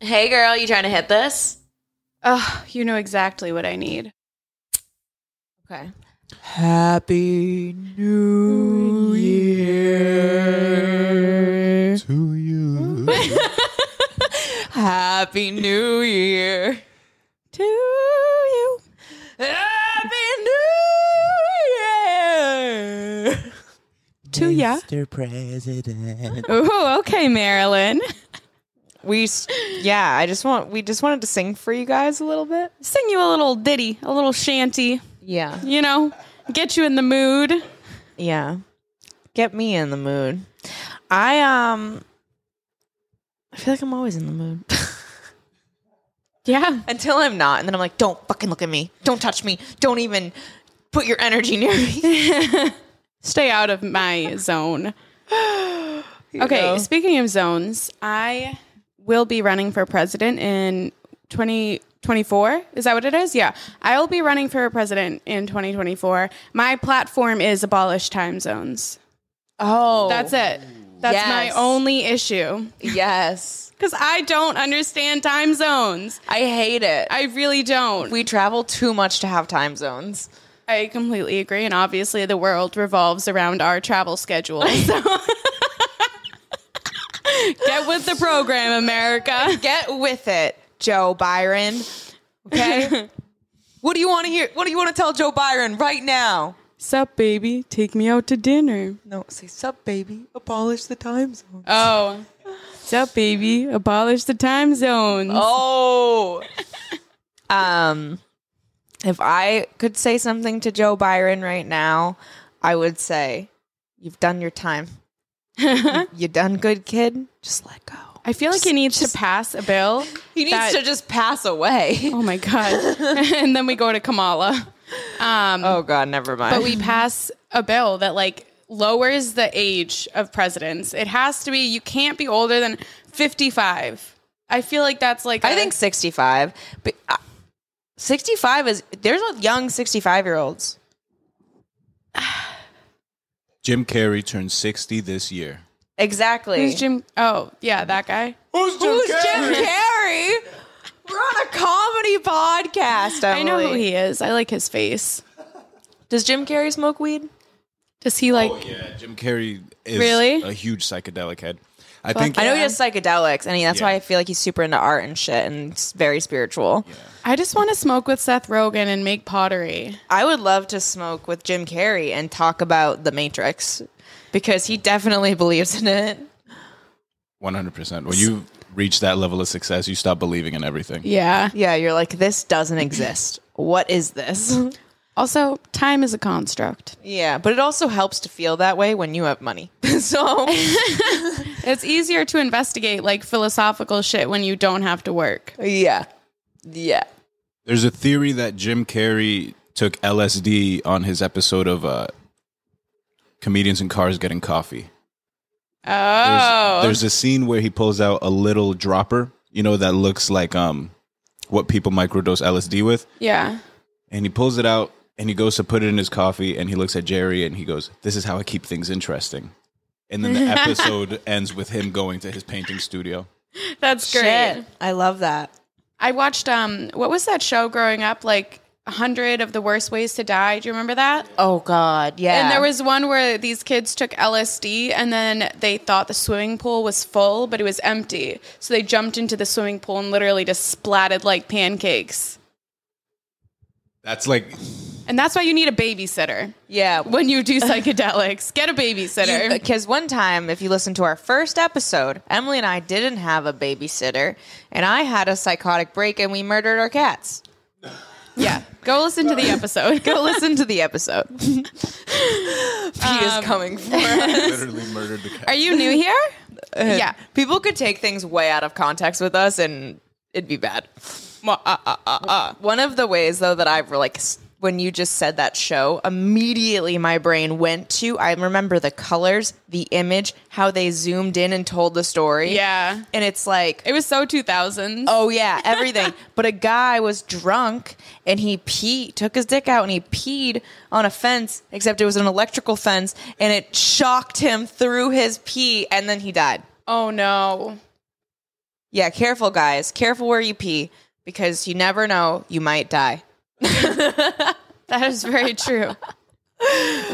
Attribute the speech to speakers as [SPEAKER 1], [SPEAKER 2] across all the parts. [SPEAKER 1] Hey girl, you trying to hit this?
[SPEAKER 2] Oh, you know exactly what I need.
[SPEAKER 1] Okay.
[SPEAKER 3] Happy New Year to you. Happy New Year to you. Happy New Year
[SPEAKER 2] To ya.
[SPEAKER 3] Mr. President.
[SPEAKER 2] Oh, okay, Marilyn.
[SPEAKER 3] We, s- yeah, I just want, we just wanted to sing for you guys a little bit.
[SPEAKER 2] Sing you a little ditty, a little shanty,
[SPEAKER 3] Yeah.
[SPEAKER 2] you know, get you in the mood.
[SPEAKER 3] Yeah. Get me in the mood. I, um, I feel like I'm always in the mood.
[SPEAKER 2] Yeah.
[SPEAKER 3] until I'm not, and then I'm like, don't fucking look at me, don't touch me, don't even put your energy near me.
[SPEAKER 2] Stay out of my zone. Okay,
[SPEAKER 3] go.
[SPEAKER 2] speaking of zones, I will be running for president in 2024. Is that what it is? Yeah. I will be running for president in 2024. My platform is abolish time zones.
[SPEAKER 3] Oh,
[SPEAKER 2] That's it. That's
[SPEAKER 1] Yes.
[SPEAKER 2] my only issue
[SPEAKER 1] Yes.
[SPEAKER 2] because I don't understand time zones.
[SPEAKER 1] I hate it.
[SPEAKER 2] I really don't.
[SPEAKER 3] we travel too much to have time zones.
[SPEAKER 2] I completely agree. And obviously, the world revolves around our travel schedule. So. Get with the program, America.
[SPEAKER 3] Get with it, Joe Byron. Okay. what do you want to hear? What do you want to tell Joe Byron right now?
[SPEAKER 2] Sup, baby? Take me out to dinner.
[SPEAKER 3] No, say sup, baby. Abolish the time zone.
[SPEAKER 2] Oh. Sup, baby? Abolish the time zones.
[SPEAKER 3] Oh. um if I could say something to Joe Byron right now, I would say you've done your time. you, you done good, kid. Just let go.
[SPEAKER 2] I feel like he needs to pass a bill.
[SPEAKER 3] He needs
[SPEAKER 2] That-
[SPEAKER 3] to just pass away.
[SPEAKER 2] Oh my God. and then we go to Kamala. Um,
[SPEAKER 3] Oh god, never mind.
[SPEAKER 2] but we pass a bill that like lowers the age of presidents. It has to be you can't be older than 55. I feel like that's like
[SPEAKER 3] I
[SPEAKER 2] a-
[SPEAKER 3] think 65. But uh, 65 is there's a young 65-year-olds.
[SPEAKER 4] Jim Carrey turned 60 this year.
[SPEAKER 3] Exactly.
[SPEAKER 2] who's Jim Oh, yeah, that guy.
[SPEAKER 4] Who's Jim
[SPEAKER 3] Who's Jim Carrey? We're on a comedy podcast. Emily.
[SPEAKER 2] I know who he is. I like his face.
[SPEAKER 3] Does Jim Carrey smoke weed?
[SPEAKER 2] Does he like
[SPEAKER 4] Oh, yeah, Jim Carrey is
[SPEAKER 2] Really?
[SPEAKER 4] a huge psychedelic head. I think
[SPEAKER 3] I know he does psychedelics, and he, that's why
[SPEAKER 4] Yeah.
[SPEAKER 3] I feel like he's super into art and shit, and it's very spiritual.
[SPEAKER 2] I just want to smoke with Seth Rogen and make pottery.
[SPEAKER 3] I would love to smoke with Jim Carrey and talk about the Matrix because he definitely believes in it.
[SPEAKER 4] 100%. When you reach that level of success, you stop believing in everything.
[SPEAKER 2] Yeah.
[SPEAKER 3] Yeah, you're like, this doesn't exist. What is this?
[SPEAKER 2] Also, time is a construct.
[SPEAKER 3] yeah, but it also helps to feel that way when you have money. so
[SPEAKER 2] It's easier to investigate like philosophical shit when you don't have to work.
[SPEAKER 3] yeah, yeah.
[SPEAKER 4] There's a theory that Jim Carrey took LSD on his episode of uh, Comedians in Cars Getting Coffee. There's,
[SPEAKER 2] Oh.
[SPEAKER 4] there's a scene where he pulls out a little dropper, you know, that looks like um, what people microdose LSD with.
[SPEAKER 2] yeah.
[SPEAKER 4] and he pulls it out and he goes to put it in his coffee and he looks at Jerry and he goes, "This is how I keep things interesting." And then the episode ends with him going to his painting studio.
[SPEAKER 2] That's great.
[SPEAKER 3] Shit, I love that.
[SPEAKER 2] I watched um what was that show growing up like 100 of the worst ways to die. Do you remember that?
[SPEAKER 3] Oh God, yeah.
[SPEAKER 2] And there was one where these kids took LSD and then they thought the swimming pool was full, but it was empty. So they jumped into the swimming pool and literally just splatted like pancakes.
[SPEAKER 4] That's like
[SPEAKER 2] And that's why you need a babysitter
[SPEAKER 3] yeah.
[SPEAKER 2] when you do psychedelics. Get a babysitter.
[SPEAKER 3] Because one time, if you listen to our first episode, Emily and I didn't have a babysitter, and I had a psychotic break, and we murdered our cats.
[SPEAKER 2] yeah. Go listen to the episode.
[SPEAKER 3] Go listen to the episode. Pete is coming for us.
[SPEAKER 4] literally murdered the
[SPEAKER 2] Um, Are
[SPEAKER 4] cat.
[SPEAKER 2] you new here?
[SPEAKER 3] Uh,
[SPEAKER 2] yeah.
[SPEAKER 3] People could take things way out of context with us, and it'd be bad. Uh, uh, uh, uh, uh. One of the ways, though, that I've like s- when you just said that show, immediately my brain went to I remember the colors, the image, how they zoomed in and told the story.
[SPEAKER 2] Yeah.
[SPEAKER 3] and it's like
[SPEAKER 2] It was so 2000s.
[SPEAKER 3] Oh yeah, everything. but a guy was drunk and he pee took his dick out and he peed on a fence, except it was an electrical fence, and it shocked him through his pee, and then he died.
[SPEAKER 2] Oh no.
[SPEAKER 3] Yeah, careful, guys. Careful where you pee because you never know. You might die.
[SPEAKER 2] That is very true.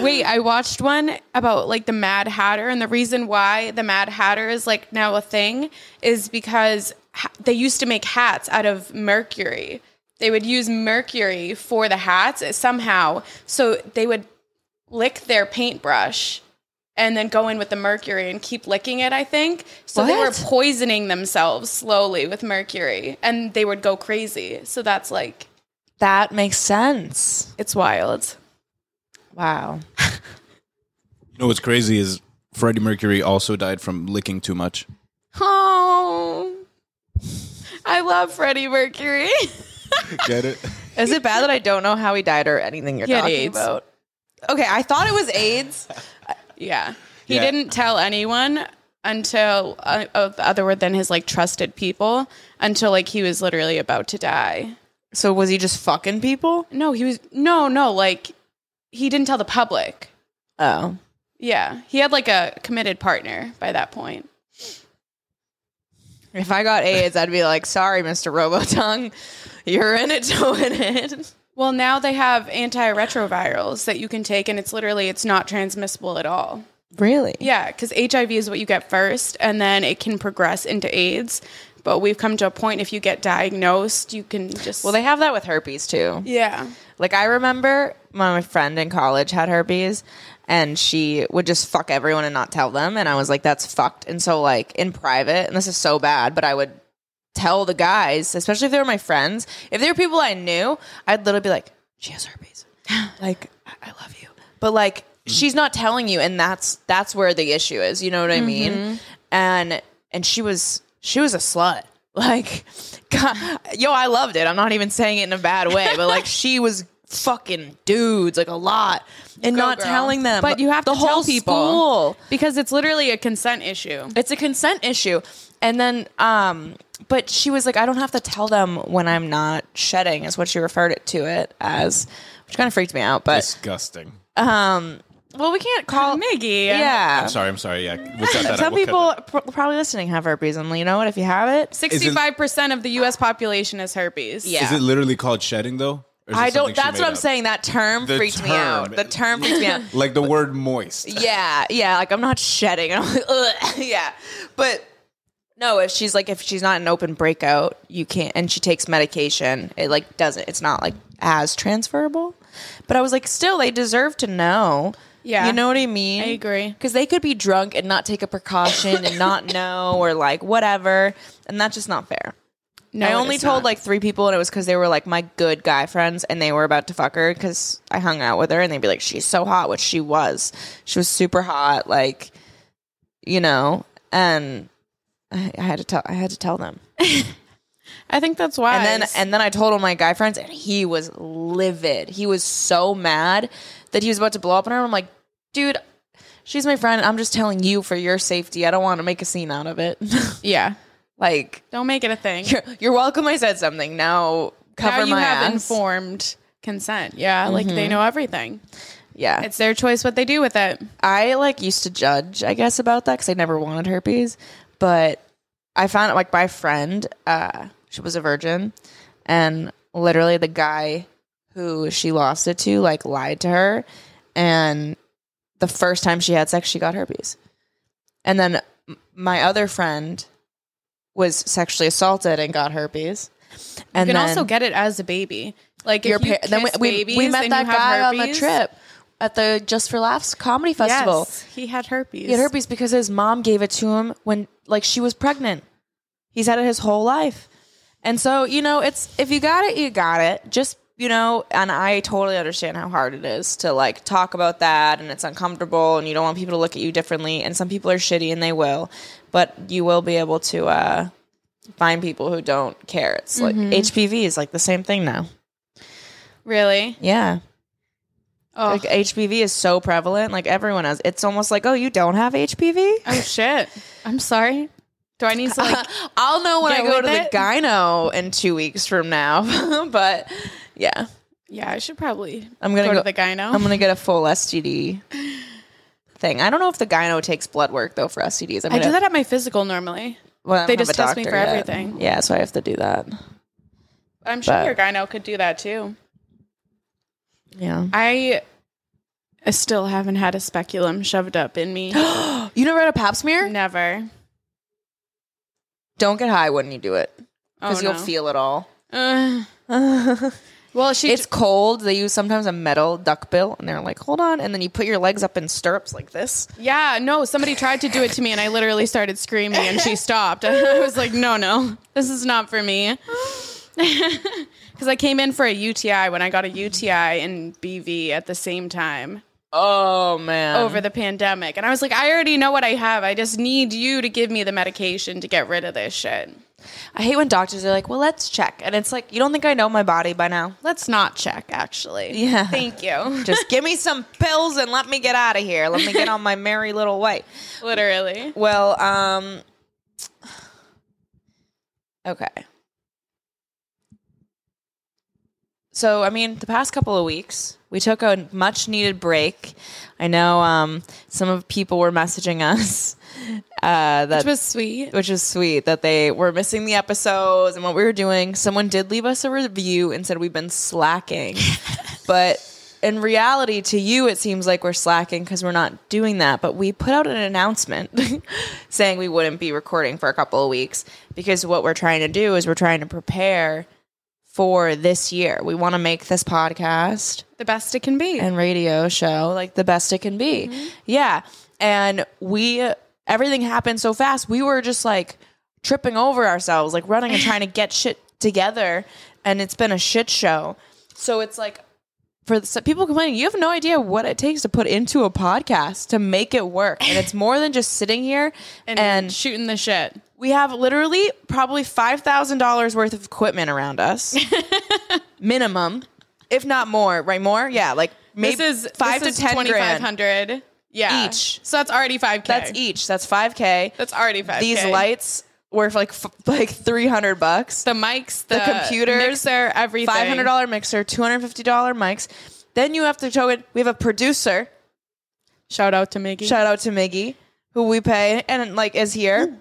[SPEAKER 2] Wait, I watched one about like the Mad Hatter, and the reason why the Mad Hatter is like now a thing is because ha- they used to make hats out of mercury. They would use mercury for the hats uh, somehow. So they would lick their paintbrush and then go in with the mercury and keep licking it, I think. So they were
[SPEAKER 3] What?
[SPEAKER 2] poisoning themselves slowly with mercury and they would go crazy. So that's like,
[SPEAKER 3] That makes sense.
[SPEAKER 2] it's wild.
[SPEAKER 3] Wow.
[SPEAKER 4] You know what's crazy is Freddie Mercury also died from licking too much.
[SPEAKER 2] Oh, I love Freddie Mercury.
[SPEAKER 4] Get it?
[SPEAKER 3] Is it bad that I don't know how he died or anything you're
[SPEAKER 2] He had
[SPEAKER 3] talking
[SPEAKER 2] AIDS.
[SPEAKER 3] about? Okay, I thought it was AIDS.
[SPEAKER 2] yeah, he
[SPEAKER 4] Yeah.
[SPEAKER 2] didn't tell anyone until uh, uh, other than his like trusted people until like he was literally about to die.
[SPEAKER 3] so was he just fucking people?
[SPEAKER 2] No, he was no, no, like he didn't tell the public.
[SPEAKER 3] Oh.
[SPEAKER 2] Yeah, he had like a committed partner by that point.
[SPEAKER 3] If I got AIDS, I'd be like, sorry, Mr. Robotongue. You're in it to win it.
[SPEAKER 2] Well, now they have antiretrovirals that you can take, and it's literally it's not transmissible at all.
[SPEAKER 3] Really?
[SPEAKER 2] Yeah, because HIV is what you get first, and then it can progress into AIDS. But we've come to a point if you get diagnosed, you can just
[SPEAKER 3] Well, they have that with herpes too.
[SPEAKER 2] yeah.
[SPEAKER 3] Like I remember my friend in college had herpes and she would just fuck everyone and not tell them and I was like that's fucked. And so like in private and this is so bad, but I would tell the guys, especially if they were my friends, if they were people I knew, I'd literally be like she has herpes. like I-, I love you. But like she's not telling you and that's that's where the issue is, you know what I mean? And and she was she was a slut. Like, God, yo, I loved it. I'm not even saying it in a bad way, but like, she was fucking dudes like a lot and not
[SPEAKER 2] girl.
[SPEAKER 3] telling them.
[SPEAKER 2] But you have
[SPEAKER 3] the
[SPEAKER 2] to
[SPEAKER 3] whole
[SPEAKER 2] tell people.
[SPEAKER 3] school.
[SPEAKER 2] because it's literally a consent issue.
[SPEAKER 3] It's a consent issue, and then, um, but she was like, I don't have to tell them when I'm not shedding, is what she referred it to it as, which kind of freaked me out. But
[SPEAKER 4] Disgusting.
[SPEAKER 3] well, we can't call
[SPEAKER 2] Miggy,
[SPEAKER 3] Yeah,
[SPEAKER 4] I'm sorry. I'm sorry. Yeah, we'll cut that out.
[SPEAKER 3] Um, some
[SPEAKER 4] We'll cut
[SPEAKER 3] people
[SPEAKER 4] that out.
[SPEAKER 3] pr- probably listening have herpes, and you know what? If you have it,
[SPEAKER 2] sixty-five percent of the U.S. population has herpes.
[SPEAKER 3] Yeah.
[SPEAKER 4] Is it literally called shedding though? Or is it
[SPEAKER 3] I
[SPEAKER 4] something
[SPEAKER 3] don't.
[SPEAKER 4] she
[SPEAKER 3] That's
[SPEAKER 4] made
[SPEAKER 3] what I'm
[SPEAKER 4] up?
[SPEAKER 3] saying. That term
[SPEAKER 4] The
[SPEAKER 3] freaked me out.
[SPEAKER 4] term.
[SPEAKER 3] The term freaked me out.
[SPEAKER 4] Like the word moist.
[SPEAKER 3] Yeah, yeah. Like I'm not shedding. I'm like, Ugh. yeah. But no, if she's like, if she's not an open breakout, you can't. And she takes medication. It like doesn't. It's not like as transferable. But I was like, still, they deserve to know.
[SPEAKER 2] Yeah.
[SPEAKER 3] you know what I mean.
[SPEAKER 2] I agree.
[SPEAKER 3] Because they could be drunk and not take a precaution and not know or like whatever, and that's just not fair.
[SPEAKER 2] No,
[SPEAKER 3] I
[SPEAKER 2] it
[SPEAKER 3] only
[SPEAKER 2] is
[SPEAKER 3] told
[SPEAKER 2] not.
[SPEAKER 3] like three people, and it was because they were like my good guy friends, and they were about to fuck her because I hung out with her, and they'd be like, "She's so hot," which she was. She was super hot, like you know. And I, I had to tell, I had to tell them,
[SPEAKER 2] I think that's why.
[SPEAKER 3] and then and then I told all my guy friends, and he was livid. He was so mad that he was about to blow up on her. I'm like, dude. She's my friend. I'm just telling you for your safety. I don't want to make a scene out of it.
[SPEAKER 2] yeah,
[SPEAKER 3] like,
[SPEAKER 2] don't make it a thing.
[SPEAKER 3] you're, you're welcome. I said something. Now cover
[SPEAKER 2] now you
[SPEAKER 3] my
[SPEAKER 2] have
[SPEAKER 3] ass. Mm-hmm.
[SPEAKER 2] informed consent. Yeah, like they know everything.
[SPEAKER 3] Yeah.
[SPEAKER 2] It's their choice what they do with it.
[SPEAKER 3] I like used to judge, I guess, about that because I never wanted herpes. But I found like my friend, uh, she was a virgin, and literally the guy who she lost it to like lied to her, and the first time she had sex, she got herpes. And then m- my other friend was sexually assaulted and got herpes. And
[SPEAKER 2] You can
[SPEAKER 3] then
[SPEAKER 2] also get it as a baby. Like if
[SPEAKER 3] your
[SPEAKER 2] you
[SPEAKER 3] pa- then we,
[SPEAKER 2] kiss
[SPEAKER 3] we,
[SPEAKER 2] babies
[SPEAKER 3] we met
[SPEAKER 2] and you
[SPEAKER 3] that
[SPEAKER 2] have
[SPEAKER 3] guy on the
[SPEAKER 2] herpes-
[SPEAKER 3] trip at the Just for Laughs comedy festival.
[SPEAKER 2] Yes, he had herpes.
[SPEAKER 3] He had herpes because his mom gave it to him when, like, she was pregnant. He's had it his whole life. And so, you know, it's if you got it, you got it. Just, you know, and I totally understand how hard it is to, like, talk about that and it's uncomfortable and you don't want people to look at you differently. And some people are shitty and they will, but you will be able to, uh, find people who don't care. It's like HPV is like the same thing now.
[SPEAKER 2] Really?
[SPEAKER 3] Yeah.
[SPEAKER 2] Oh,
[SPEAKER 3] Like HPV is so prevalent. Like everyone has. It's almost like, oh, you don't have HPV?
[SPEAKER 2] oh shit. I'm sorry. Do I need to like?
[SPEAKER 3] I'll know when
[SPEAKER 2] Get
[SPEAKER 3] I go
[SPEAKER 2] with
[SPEAKER 3] to
[SPEAKER 2] it.
[SPEAKER 3] the gyno in two weeks from now. but yeah,
[SPEAKER 2] yeah, I should probably.
[SPEAKER 3] I'm gonna
[SPEAKER 2] go,
[SPEAKER 3] go,
[SPEAKER 2] to the gyno.
[SPEAKER 3] I'm gonna get a full STD thing. I don't know if the gyno takes blood work though for STDs. I'm
[SPEAKER 2] I
[SPEAKER 3] gonna,
[SPEAKER 2] do that at my physical normally.
[SPEAKER 3] Well, I
[SPEAKER 2] They
[SPEAKER 3] don't have
[SPEAKER 2] just
[SPEAKER 3] a
[SPEAKER 2] test me
[SPEAKER 3] doctor
[SPEAKER 2] for
[SPEAKER 3] yet.
[SPEAKER 2] everything.
[SPEAKER 3] Yeah, so I have to do that.
[SPEAKER 2] I'm sure
[SPEAKER 3] But-
[SPEAKER 2] your gyno could do that too.
[SPEAKER 3] Yeah.
[SPEAKER 2] I I still haven't had a speculum shoved up in me.
[SPEAKER 3] You never had a pap smear?
[SPEAKER 2] Never.
[SPEAKER 3] Don't get high when you do it
[SPEAKER 2] Oh,
[SPEAKER 3] because you'll
[SPEAKER 2] no.
[SPEAKER 3] feel it all.
[SPEAKER 2] Ugh. well, she.
[SPEAKER 3] It's cold. They use sometimes a metal duck bill, and they're like, "Hold on," and then you put your legs up in stirrups like this.
[SPEAKER 2] yeah, no. Somebody tried to do it to me, and I literally started screaming, and she stopped. I was like, "No, no, this is not for me." Because I came in for a UTI when I got a UTI and BV at the same time
[SPEAKER 3] Oh man!
[SPEAKER 2] over the pandemic, and I was like, "I already know what I have. I just need you to give me the medication to get rid of this shit."
[SPEAKER 3] I hate when doctors are like, "Well, let's check," and it's like, "You don't think I know my body by now?
[SPEAKER 2] Let's not check, actually.
[SPEAKER 3] Yeah.
[SPEAKER 2] Thank you.
[SPEAKER 3] Just give me some pills and let me get out of here. Let me get on my merry little way."
[SPEAKER 2] Literally.
[SPEAKER 3] Well, um, okay. So, I mean, the past couple of weeks, we took a much needed break. I know um, some of people were messaging us uh, that
[SPEAKER 2] Which was sweet.
[SPEAKER 3] which is sweet that they were missing the episodes and what we were doing. Someone did leave us a review and said we've been slacking. but in reality, to you, it seems like we're slacking because we're not doing that. But we put out an announcement saying we wouldn't be recording for a couple of weeks because what we're trying to do is we're trying to prepare for this year. We want to make this podcast
[SPEAKER 2] The best it can be. Mm-hmm.
[SPEAKER 3] and radio show like the best it can be. Yeah. And we everything happened so fast. We were just like tripping over ourselves, like running and trying to get shit together and it's been a shit show. So it's like for the, so people complaining, you have no idea what it takes to put into a podcast to make it work. And it's more than just sitting here and,
[SPEAKER 2] and shooting the shit.
[SPEAKER 3] we have literally probably $5,000 worth of equipment around us. Minimum, if not more, right? More? Yeah, like maybe
[SPEAKER 2] this is
[SPEAKER 3] 5
[SPEAKER 2] this
[SPEAKER 3] to
[SPEAKER 2] is
[SPEAKER 3] 10 grand.
[SPEAKER 2] 2500 yeah
[SPEAKER 3] Each.
[SPEAKER 2] so that's already 5k
[SPEAKER 3] That's each. That's 5K.
[SPEAKER 2] that's already 5k
[SPEAKER 3] These lights were like f- like 300 bucks.
[SPEAKER 2] the mics the,
[SPEAKER 3] computers,
[SPEAKER 2] mixer, everything
[SPEAKER 3] $500 mixer, $250 mics. Then you have to show it. We have a producer.
[SPEAKER 2] shout out to Miggy
[SPEAKER 3] Shout out to Miggy, who we pay and like is here.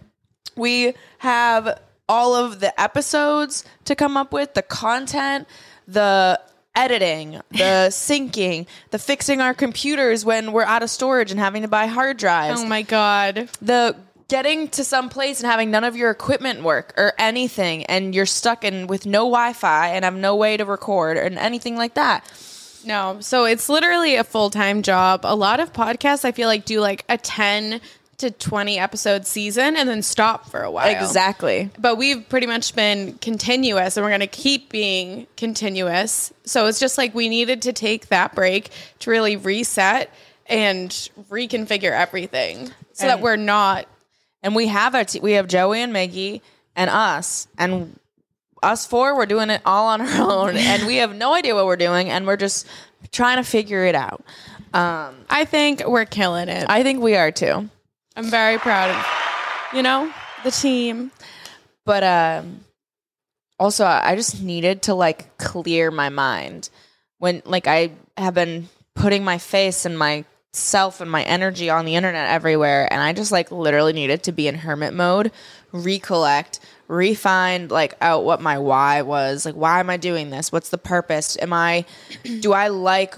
[SPEAKER 3] We have all of the episodes to come up with, the content, the editing, the syncing, the fixing our computers when we're out of storage and having to buy hard drives,
[SPEAKER 2] oh my god
[SPEAKER 3] the getting to some place and having none of your equipment work or anything and you're stuck in with no Wi-Fi and have no way to record and anything like that.
[SPEAKER 2] no so it's literally a full-time job a lot of podcasts i feel like do like a 10 to 20 episode season and then stop for a while
[SPEAKER 3] Exactly.
[SPEAKER 2] but we've pretty much been continuous and we're going to keep being continuous. So it's just like we needed to take that break to really reset and reconfigure everything so that we're not
[SPEAKER 3] and we have our t- we have Joey and Miggy and us and us four we're doing it all on our own and we have no idea what we're doing and we're just trying to figure it out. Um,
[SPEAKER 2] I think we're killing it.
[SPEAKER 3] I think we are too.
[SPEAKER 2] I'm very proud of you know, the team.
[SPEAKER 3] But um also I I just needed to like clear my mind when like I have been putting my face and my self and my energy on the internet everywhere and I just like literally needed to be in hermit mode, recollect, refine like out what my why was, like why am I doing this? What's the purpose? Am I do I like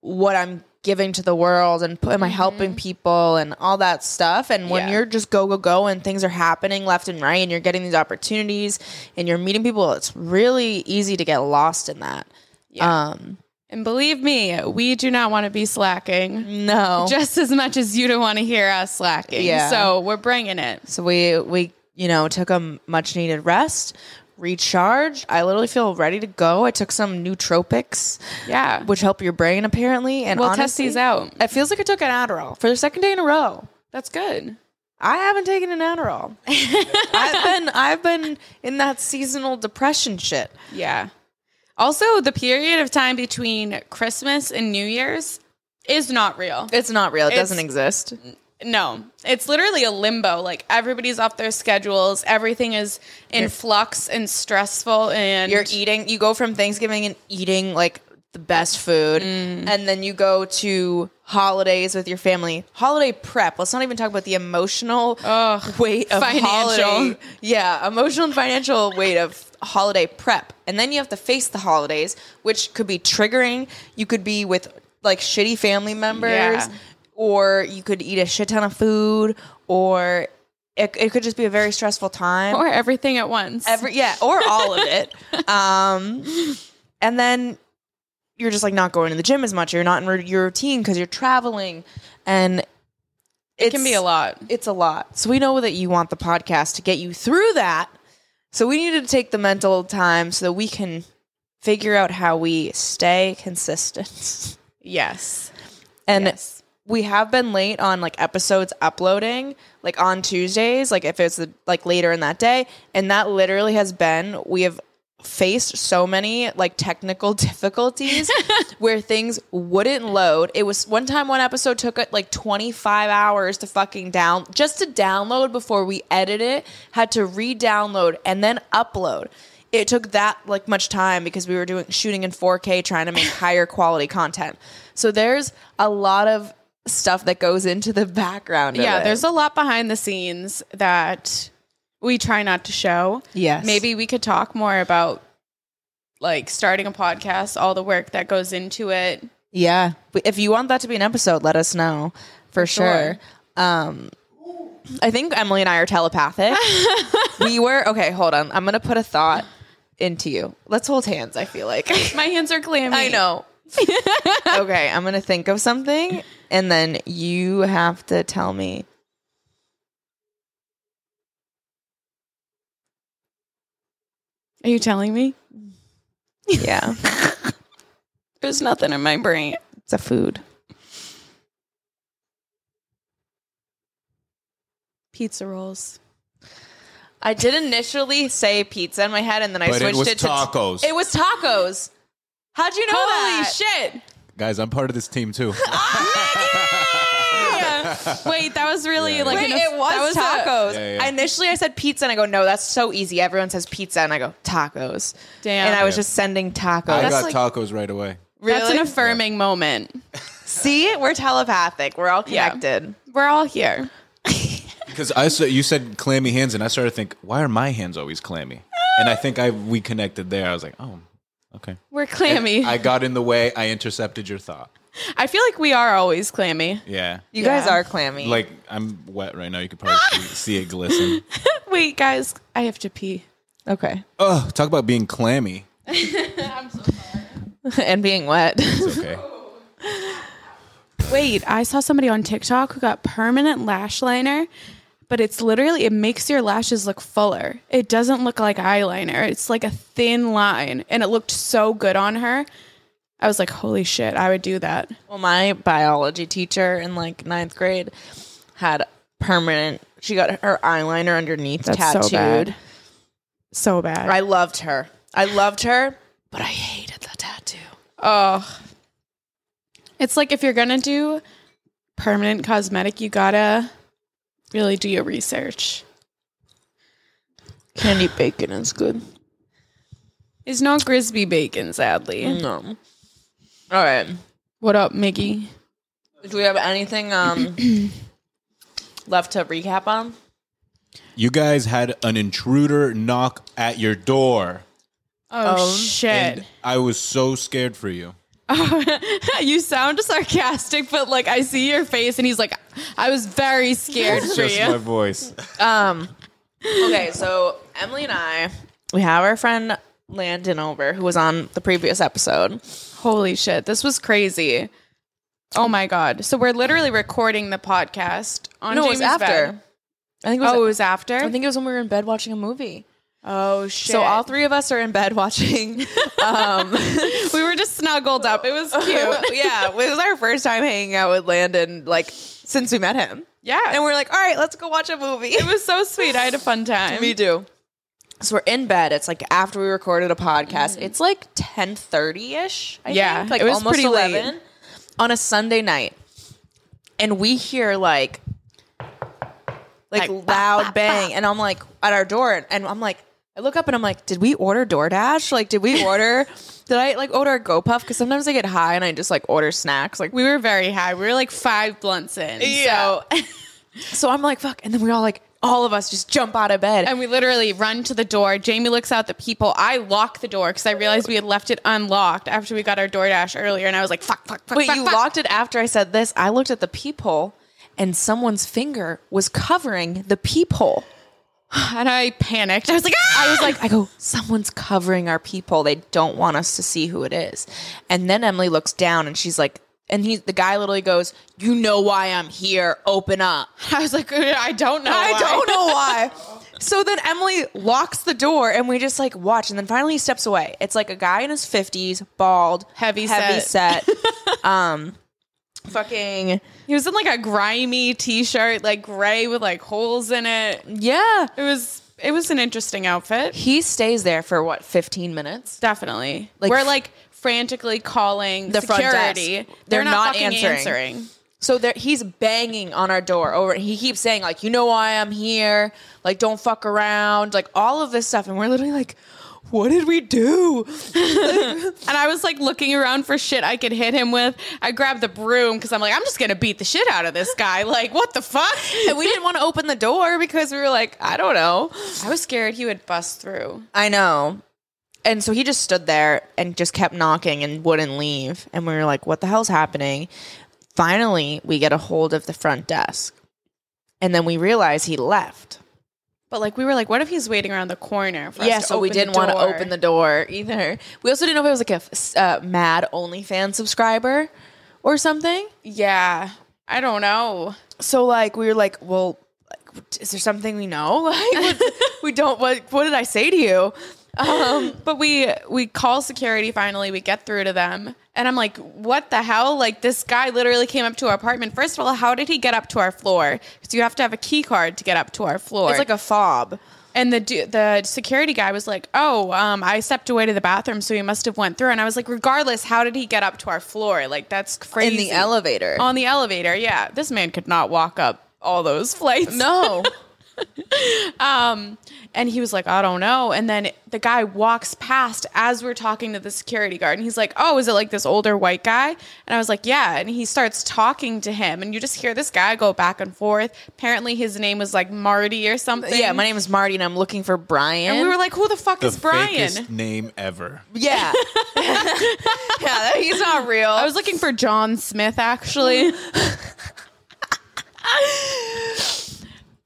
[SPEAKER 3] what I'm giving to the world and put, am I helping people and all that stuff? And when
[SPEAKER 2] Yeah.
[SPEAKER 3] you're just go go go and things are happening left and right and you're getting these opportunities and you're meeting people, it's really easy to get lost in that.
[SPEAKER 2] Yeah.
[SPEAKER 3] Um
[SPEAKER 2] And believe me, we do not want to be
[SPEAKER 3] Mm.
[SPEAKER 2] slacking
[SPEAKER 3] no.
[SPEAKER 2] just as much as you don't want to hear us slacking.
[SPEAKER 3] Yeah.
[SPEAKER 2] So we're bringing it.
[SPEAKER 3] so we we you know took a much needed rest, recharged. I literally feel ready to go. I took some nootropics,
[SPEAKER 2] Yeah.
[SPEAKER 3] which help your brain apparently. And
[SPEAKER 2] We'll test
[SPEAKER 3] honestly,
[SPEAKER 2] these out.
[SPEAKER 3] It feels like I took an Adderall for the second day in a row.
[SPEAKER 2] That's good.
[SPEAKER 3] I haven't taken an Adderall. I've been I've been in that seasonal depression shit.
[SPEAKER 2] Yeah. Also, the period of time between Christmas and New Year's is not real.
[SPEAKER 3] It's not real. It
[SPEAKER 2] It's-
[SPEAKER 3] doesn't exist.
[SPEAKER 2] No, it's literally a limbo. Like everybody's off their schedules. Everything is in flux and stressful. And e-
[SPEAKER 3] You're eating. Mm. You go from Thanksgiving and eating like the best food, and then you go to holidays with your family, holiday prep. Let's not even talk about the emotional weight of
[SPEAKER 2] financial.
[SPEAKER 3] holiday. Yeah, emotional and financial weight of holiday prep. And then you have to face the holidays, which could be triggering. You could be with like shitty family members
[SPEAKER 2] Yeah.
[SPEAKER 3] or you could eat a shit ton of food or it, it could just be a very stressful time
[SPEAKER 2] or everything at once.
[SPEAKER 3] every yeah or all of it um and then you're just like not going to the gym as much you're not in ro- your routine because you're traveling and
[SPEAKER 2] it can be a lot.
[SPEAKER 3] it's a lot so we know that you want the podcast to get you through that so we needed to take the mental time so that we can figure out how we stay consistent
[SPEAKER 2] Yes.
[SPEAKER 3] and
[SPEAKER 2] Yes.
[SPEAKER 3] we have been late on like episodes uploading like on tuesdays like if it's like later in that day and that literally has been we have faced so many like technical difficulties where things wouldn't load it was one time one episode took it like 25 hours to fucking down just to download before we edit it had to re-download and then upload it took that like much time because we were doing shooting in 4K trying to make higher quality content. So there's a lot of stuff that goes into the background. of
[SPEAKER 2] Yeah,
[SPEAKER 3] it.
[SPEAKER 2] there's a lot behind the scenes that we try not to show.
[SPEAKER 3] Yes.
[SPEAKER 2] Maybe we could talk more about like starting a podcast, all the work that goes into it.
[SPEAKER 3] yeah. If you want that to be an episode, let us know for, sure.
[SPEAKER 2] sure.
[SPEAKER 3] Um, I think Emily and I are telepathic. we were okay. Hold on, I'm gonna put a thought into you. Let's hold hands. I feel like
[SPEAKER 2] My hands are clammy.
[SPEAKER 3] I know. okay, I'm gonna think of something, and then you have to tell me.
[SPEAKER 2] Are you telling me?
[SPEAKER 3] Yeah,
[SPEAKER 2] There's nothing in my brain.
[SPEAKER 3] it's a food.
[SPEAKER 2] Pizza rolls.
[SPEAKER 3] I did initially say pizza in my head, and then I
[SPEAKER 4] But it
[SPEAKER 3] switched
[SPEAKER 4] was
[SPEAKER 3] to
[SPEAKER 4] tacos.
[SPEAKER 3] it was tacos. How'd you know
[SPEAKER 2] Holy
[SPEAKER 3] that?
[SPEAKER 2] shit.
[SPEAKER 4] Guys, I'm part of this team too.
[SPEAKER 3] Oh,
[SPEAKER 2] Wait, that was really
[SPEAKER 4] Yeah,
[SPEAKER 2] like
[SPEAKER 4] yeah.
[SPEAKER 3] Wait,
[SPEAKER 2] an off-
[SPEAKER 3] it was,
[SPEAKER 2] that a-
[SPEAKER 3] tacos.
[SPEAKER 4] Yeah, yeah.
[SPEAKER 3] I initially I said pizza, and I go, no, that's so easy. Everyone says pizza, and I go tacos.
[SPEAKER 2] Damn.
[SPEAKER 3] And I was
[SPEAKER 4] Yeah.
[SPEAKER 3] just sending tacos.
[SPEAKER 4] I
[SPEAKER 3] That's
[SPEAKER 4] got
[SPEAKER 3] like-
[SPEAKER 4] tacos right away.
[SPEAKER 2] That's
[SPEAKER 3] Really?
[SPEAKER 2] an affirming moment.
[SPEAKER 3] See, we're telepathic. We're all
[SPEAKER 2] Yeah.
[SPEAKER 3] connected.
[SPEAKER 2] We're all here.
[SPEAKER 4] Because I said you said clammy hands, and I started to think, why are my hands always clammy? And I think I we connected there. I was like, oh, okay.
[SPEAKER 2] We're clammy.
[SPEAKER 4] I got in the way. I intercepted your thought.
[SPEAKER 2] I feel like we are always clammy.
[SPEAKER 4] Yeah.
[SPEAKER 3] You
[SPEAKER 2] Yeah.
[SPEAKER 3] guys are clammy.
[SPEAKER 4] Like I'm wet right now. You could probably see, see it glisten.
[SPEAKER 2] Wait, guys, I have to pee.
[SPEAKER 3] okay,
[SPEAKER 4] Oh, talk about being clammy.
[SPEAKER 3] and being wet.
[SPEAKER 4] It's okay.
[SPEAKER 2] Wait, I saw somebody on TikTok who got permanent lash liner, but it's literally it makes your lashes look fuller. It doesn't look like eyeliner. It's like a thin line and it looked so good on her. I was like, "Holy shit, I would do that."
[SPEAKER 3] Well, my biology teacher in like ninth grade had permanent. She got her eyeliner underneath tattooed.
[SPEAKER 2] so bad. So bad.
[SPEAKER 3] I loved her. I loved her, but I hated the tattoo.
[SPEAKER 2] Oh. It's like if you're going to do permanent cosmetic, you got to really do your research.
[SPEAKER 3] Candy bacon is good.
[SPEAKER 2] It's not Grisby bacon, sadly.
[SPEAKER 3] No. All right.
[SPEAKER 2] What up, Miggy?
[SPEAKER 3] Do we have anything um left to recap on?
[SPEAKER 4] You guys had an intruder knock at your door,
[SPEAKER 2] Oh,
[SPEAKER 3] Oh,
[SPEAKER 2] shit.
[SPEAKER 4] and I was so scared for you.
[SPEAKER 2] you sound sarcastic, but like I see your face and he's like, I was very scared
[SPEAKER 4] It's
[SPEAKER 2] for
[SPEAKER 4] just
[SPEAKER 2] you.
[SPEAKER 4] my voice.
[SPEAKER 3] Um. Okay, so Emily and I, we have our friend Landon over, who was on the previous episode.
[SPEAKER 2] Holy shit. This was crazy. Oh my God. So we're literally recording the podcast on
[SPEAKER 3] No, it was
[SPEAKER 2] Jamie's
[SPEAKER 3] after.
[SPEAKER 2] bed.
[SPEAKER 3] I think it was
[SPEAKER 2] Oh, it was after?
[SPEAKER 3] I think it was when we were in bed watching a movie.
[SPEAKER 2] oh, shit.
[SPEAKER 3] So all three of us are in bed watching. Um,
[SPEAKER 2] we were just snuggled up. It was cute.
[SPEAKER 3] yeah, it was our first time hanging out with Landon, like since we met him.
[SPEAKER 2] Yeah.
[SPEAKER 3] and we're like, all right, let's go watch a movie.
[SPEAKER 2] It was so sweet. I had a fun time.
[SPEAKER 3] Me too. So we're in bed. It's like after we recorded a podcast. It's like ten thirty ish. I
[SPEAKER 2] Mm. Yeah,
[SPEAKER 3] think. like
[SPEAKER 2] it was
[SPEAKER 3] almost
[SPEAKER 2] pretty late.
[SPEAKER 3] eleven on a Sunday night, and we hear like like,
[SPEAKER 2] Like,
[SPEAKER 3] loud bang, and I'm like at our door, and I'm like, I look up and I'm like, did we order DoorDash? Like, did we order Did I like order a GoPuff? Because sometimes I get high and I just like order snacks. Like,
[SPEAKER 2] We were very high. We were like five blunts in.
[SPEAKER 3] Yeah.
[SPEAKER 2] So,
[SPEAKER 3] so I'm like, fuck. And then we all like, all of us just jump out of bed.
[SPEAKER 2] and we literally run to the door. Jamie looks out the people. I lock the door because I realized we had left it unlocked after we got our DoorDash earlier. And I was like, fuck, fuck, fuck,
[SPEAKER 3] Wait,
[SPEAKER 2] fuck,
[SPEAKER 3] you
[SPEAKER 2] fuck.
[SPEAKER 3] locked it after I said this. I looked at the peephole and someone's finger was covering the peephole.
[SPEAKER 2] And I panicked. I was like, ah!
[SPEAKER 3] I was like, I go, someone's covering our peephole. They don't want us to see who it is. And then Emily looks down and she's like, and he, the guy literally goes, You know why I'm here. Open up.
[SPEAKER 2] I was like, I don't know.
[SPEAKER 3] I
[SPEAKER 2] why."
[SPEAKER 3] don't know why. So then Emily locks the door and we just like watch. And then finally he steps away. It's like a guy in his 50s, bald,
[SPEAKER 2] Heavy
[SPEAKER 3] heavy set. um, fucking,
[SPEAKER 2] He was in like a grimy t-shirt, like gray with like holes in it.
[SPEAKER 3] yeah.
[SPEAKER 2] It was it was an interesting outfit.
[SPEAKER 3] He stays there for what, 15 minutes?
[SPEAKER 2] Definitely.
[SPEAKER 3] Like-
[SPEAKER 2] We're like frantically calling
[SPEAKER 3] The front
[SPEAKER 2] security.
[SPEAKER 3] desk. They're not
[SPEAKER 2] fucking
[SPEAKER 3] answering. So there, he's banging on our door over. He keeps saying like, "You know why I'm here? Like, don't fuck around. Like all of this stuff." And we're literally like, "What did we do?"
[SPEAKER 2] And I was like looking around for shit I could hit him with. I grabbed the broom because I'm like, I'm just gonna beat the shit out of this guy. Like, what the fuck?
[SPEAKER 3] And we didn't want to open the door because we were like, "I don't know."
[SPEAKER 2] I was scared he would bust through.
[SPEAKER 3] I know. And so he just stood there and just kept knocking and wouldn't leave. And we were like, what the hell's happening? Finally, we get a hold of the front desk. And then we realize he left.
[SPEAKER 2] But like we were like, what if he's waiting around the corner for us
[SPEAKER 3] Yeah,
[SPEAKER 2] to
[SPEAKER 3] so we
[SPEAKER 2] open the
[SPEAKER 3] didn't want to
[SPEAKER 2] door?
[SPEAKER 3] open the door either. We also didn't know if it was like a f- uh, mad OnlyFans subscriber or something.
[SPEAKER 2] Yeah. I don't know.
[SPEAKER 3] So like we were like, well, like, is there something we know? Like what, we don't. What what did I say to you?
[SPEAKER 2] Um, but we we call security finally. We get through to them, and I'm like, "What the hell? Like this guy literally came up to our apartment. First of all, how did he get up to our floor? Because you have to have a key card to get up to our floor.
[SPEAKER 3] It's like a fob.
[SPEAKER 2] and the du- the security guy was like, "Oh, um, I stepped away to the bathroom, so he must have went through." And I was like, "Regardless, how did he get up to our floor? Like that's crazy."
[SPEAKER 3] in the elevator.
[SPEAKER 2] on the elevator. Yeah, this man could not walk up all those flights.
[SPEAKER 3] no,
[SPEAKER 2] And he was like, I don't know. And then the guy walks past as we're talking to the security guard. And he's like, Oh, is it like this older white guy? And I was like, Yeah. And he starts talking to him. And you just hear this guy go back and forth. Apparently, his name was like Marty or something.
[SPEAKER 3] yeah. My name is Marty, and I'm looking for Brian.
[SPEAKER 2] And we were like, Who the fuck
[SPEAKER 4] The
[SPEAKER 2] is Brian?
[SPEAKER 4] fakest name ever.
[SPEAKER 3] yeah, yeah. He's not real.
[SPEAKER 2] I was looking for John Smith, actually. it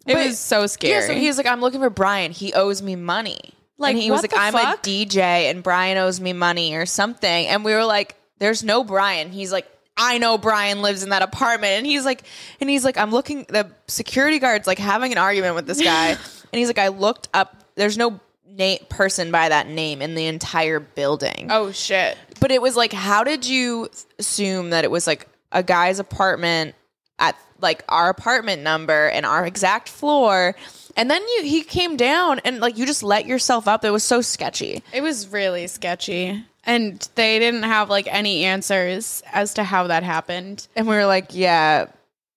[SPEAKER 2] was so scary.
[SPEAKER 3] Yeah, so he was like, I'm looking for Brian. He owes me money.
[SPEAKER 2] Like,
[SPEAKER 3] and he
[SPEAKER 2] what
[SPEAKER 3] was like,
[SPEAKER 2] the
[SPEAKER 3] I'm
[SPEAKER 2] fuck?
[SPEAKER 3] a DJ and Brian owes me money or something. And we were like, There's no Brian. He's like, I know Brian lives in that apartment. And he's like, and he's like, I'm looking the security guard's like having an argument with this guy. and he's like, I looked up there's no na- person by that name in the entire building.
[SPEAKER 2] oh, shit.
[SPEAKER 3] But it was like, how did you assume that it was like a guy's apartment at like our apartment number and our exact floor? And then you he came down and like you just let yourself up. It was so sketchy.
[SPEAKER 2] It was really sketchy. And they didn't have like any answers as to how that happened.
[SPEAKER 3] And we were like, yeah,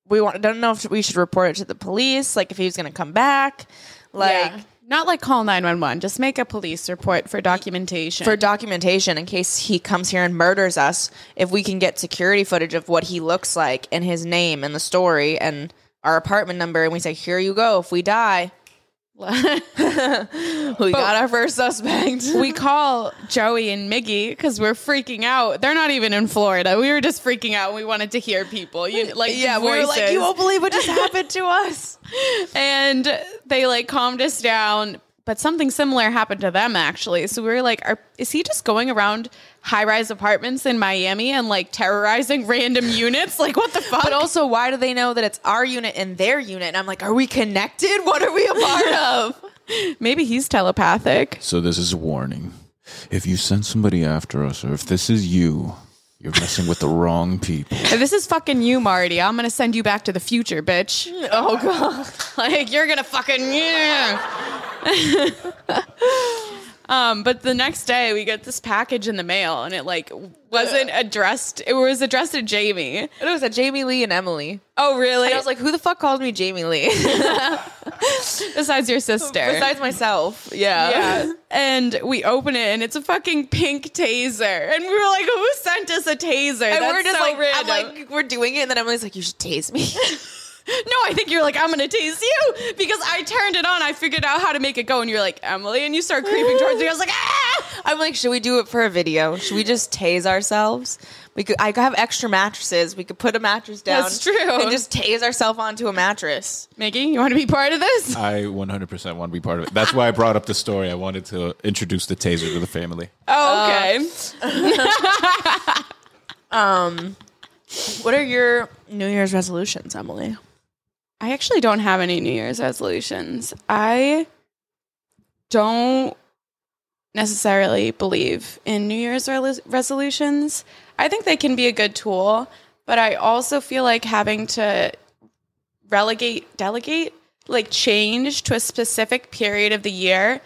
[SPEAKER 3] we want. Don't know if we should report it to the police. Like if he was gonna come back, like.
[SPEAKER 2] Yeah. not like call 911, just make a police report for documentation.
[SPEAKER 3] For documentation, in case he comes here and murders us, if we can get security footage of what he looks like and his name and the story and our apartment number, and we say, "Here you go. If we die, We got our first suspect.
[SPEAKER 2] we call Joey and Miggy because we're freaking out. They're not even in Florida. We were just freaking out. We wanted to hear people. You, like,
[SPEAKER 3] yeah, we were like,
[SPEAKER 2] voices.
[SPEAKER 3] you won't believe what just happened to us.
[SPEAKER 2] and they like calmed us down. But something similar happened to them actually. So we were like, are, is he just going around high rise apartments in Miami and like terrorizing random units? Like, what the fuck?
[SPEAKER 3] But also, why do they know that it's our unit and their unit? And I'm like, are we connected? What are we a part of?
[SPEAKER 2] Maybe he's telepathic.
[SPEAKER 4] So this is a warning. If you send somebody after us, or if this is you, you're messing with the wrong people.
[SPEAKER 2] If this is fucking you, Marty, I'm gonna send you back to the future, bitch.
[SPEAKER 3] oh god.
[SPEAKER 2] Like, you're gonna fucking. Yeah. Um, but the next day we get this package in the mail and it like wasn't addressed. It was addressed to Jamie.
[SPEAKER 3] It was a Jamie Lee and Emily.
[SPEAKER 2] Oh, really?
[SPEAKER 3] And I was like, who the fuck called me Jamie Lee?
[SPEAKER 2] besides your sister.
[SPEAKER 3] Besides myself. Yeah.
[SPEAKER 2] yeah. And we open it and it's a fucking pink taser. And we were like, who sent us a taser?
[SPEAKER 3] And
[SPEAKER 2] That's
[SPEAKER 3] we're just
[SPEAKER 2] so
[SPEAKER 3] like,
[SPEAKER 2] random.
[SPEAKER 3] I'm like, we're doing it. And then Emily's like, you should tase me.
[SPEAKER 2] no, I think you're like, I'm gonna tase you because I turned it on. I figured out how to make it go, and you're like, Emily, and you start creeping towards me. I was like, ah!
[SPEAKER 3] I'm like, should we do it for a video? Should we just tase ourselves? We could. I have extra mattresses. We could put a mattress down.
[SPEAKER 2] That's true.
[SPEAKER 3] And just tase ourselves onto a mattress.
[SPEAKER 2] Mickey, you want to be part of this?
[SPEAKER 4] I 100% want to be part of it. That's why I brought up the story. I wanted to introduce the taser to the family.
[SPEAKER 2] Oh, okay.
[SPEAKER 3] What are your New Year's resolutions, Emily?
[SPEAKER 2] I actually don't have any New Year's resolutions. I don't necessarily believe in New Year's re- resolutions. I think they can be a good tool, but I also feel like having to relegate, delegate, like change to a specific period of the year.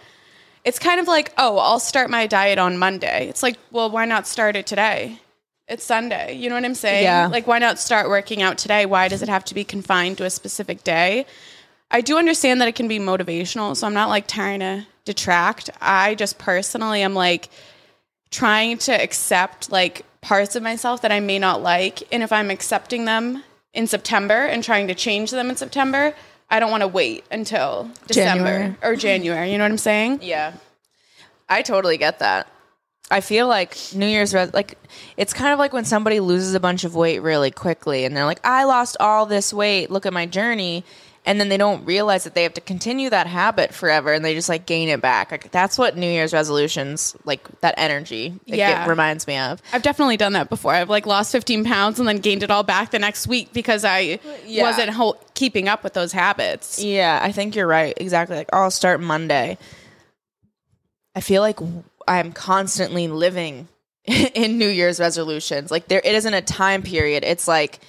[SPEAKER 2] It's kind of like, oh, I'll start my diet on Monday. It's like, well, why not start it today? It's Sunday. You know what I'm saying?
[SPEAKER 3] Yeah.
[SPEAKER 2] Like, why not start working out today? Why does it have to be confined to a specific day? I do understand that it can be motivational, so I'm not like trying to detract. I just personally am like trying to accept like parts of myself that I may not like. And if I'm accepting them in September and trying to change them in September, I don't want to wait until December
[SPEAKER 3] January.
[SPEAKER 2] or January. You know what I'm saying?
[SPEAKER 3] Yeah. I totally get that. I feel like New Year's res- like it's kind of like when somebody loses a bunch of weight really quickly and they're like I lost all this weight, look at my journey, and then they don't realize that they have to continue that habit forever and they just like gain it back. Like that's what New Year's resolutions like that energy it
[SPEAKER 2] Yeah.
[SPEAKER 3] get- reminds me of.
[SPEAKER 2] I've definitely done that before. I've like lost 15 pounds and then gained it all back the next week because I
[SPEAKER 3] Yeah.
[SPEAKER 2] wasn't ho- keeping up with those habits.
[SPEAKER 3] Yeah, I think you're right. Exactly. Like I'll start Monday. I feel like w- I'm constantly living in New Year's resolutions. Like there it isn't a time period. It's like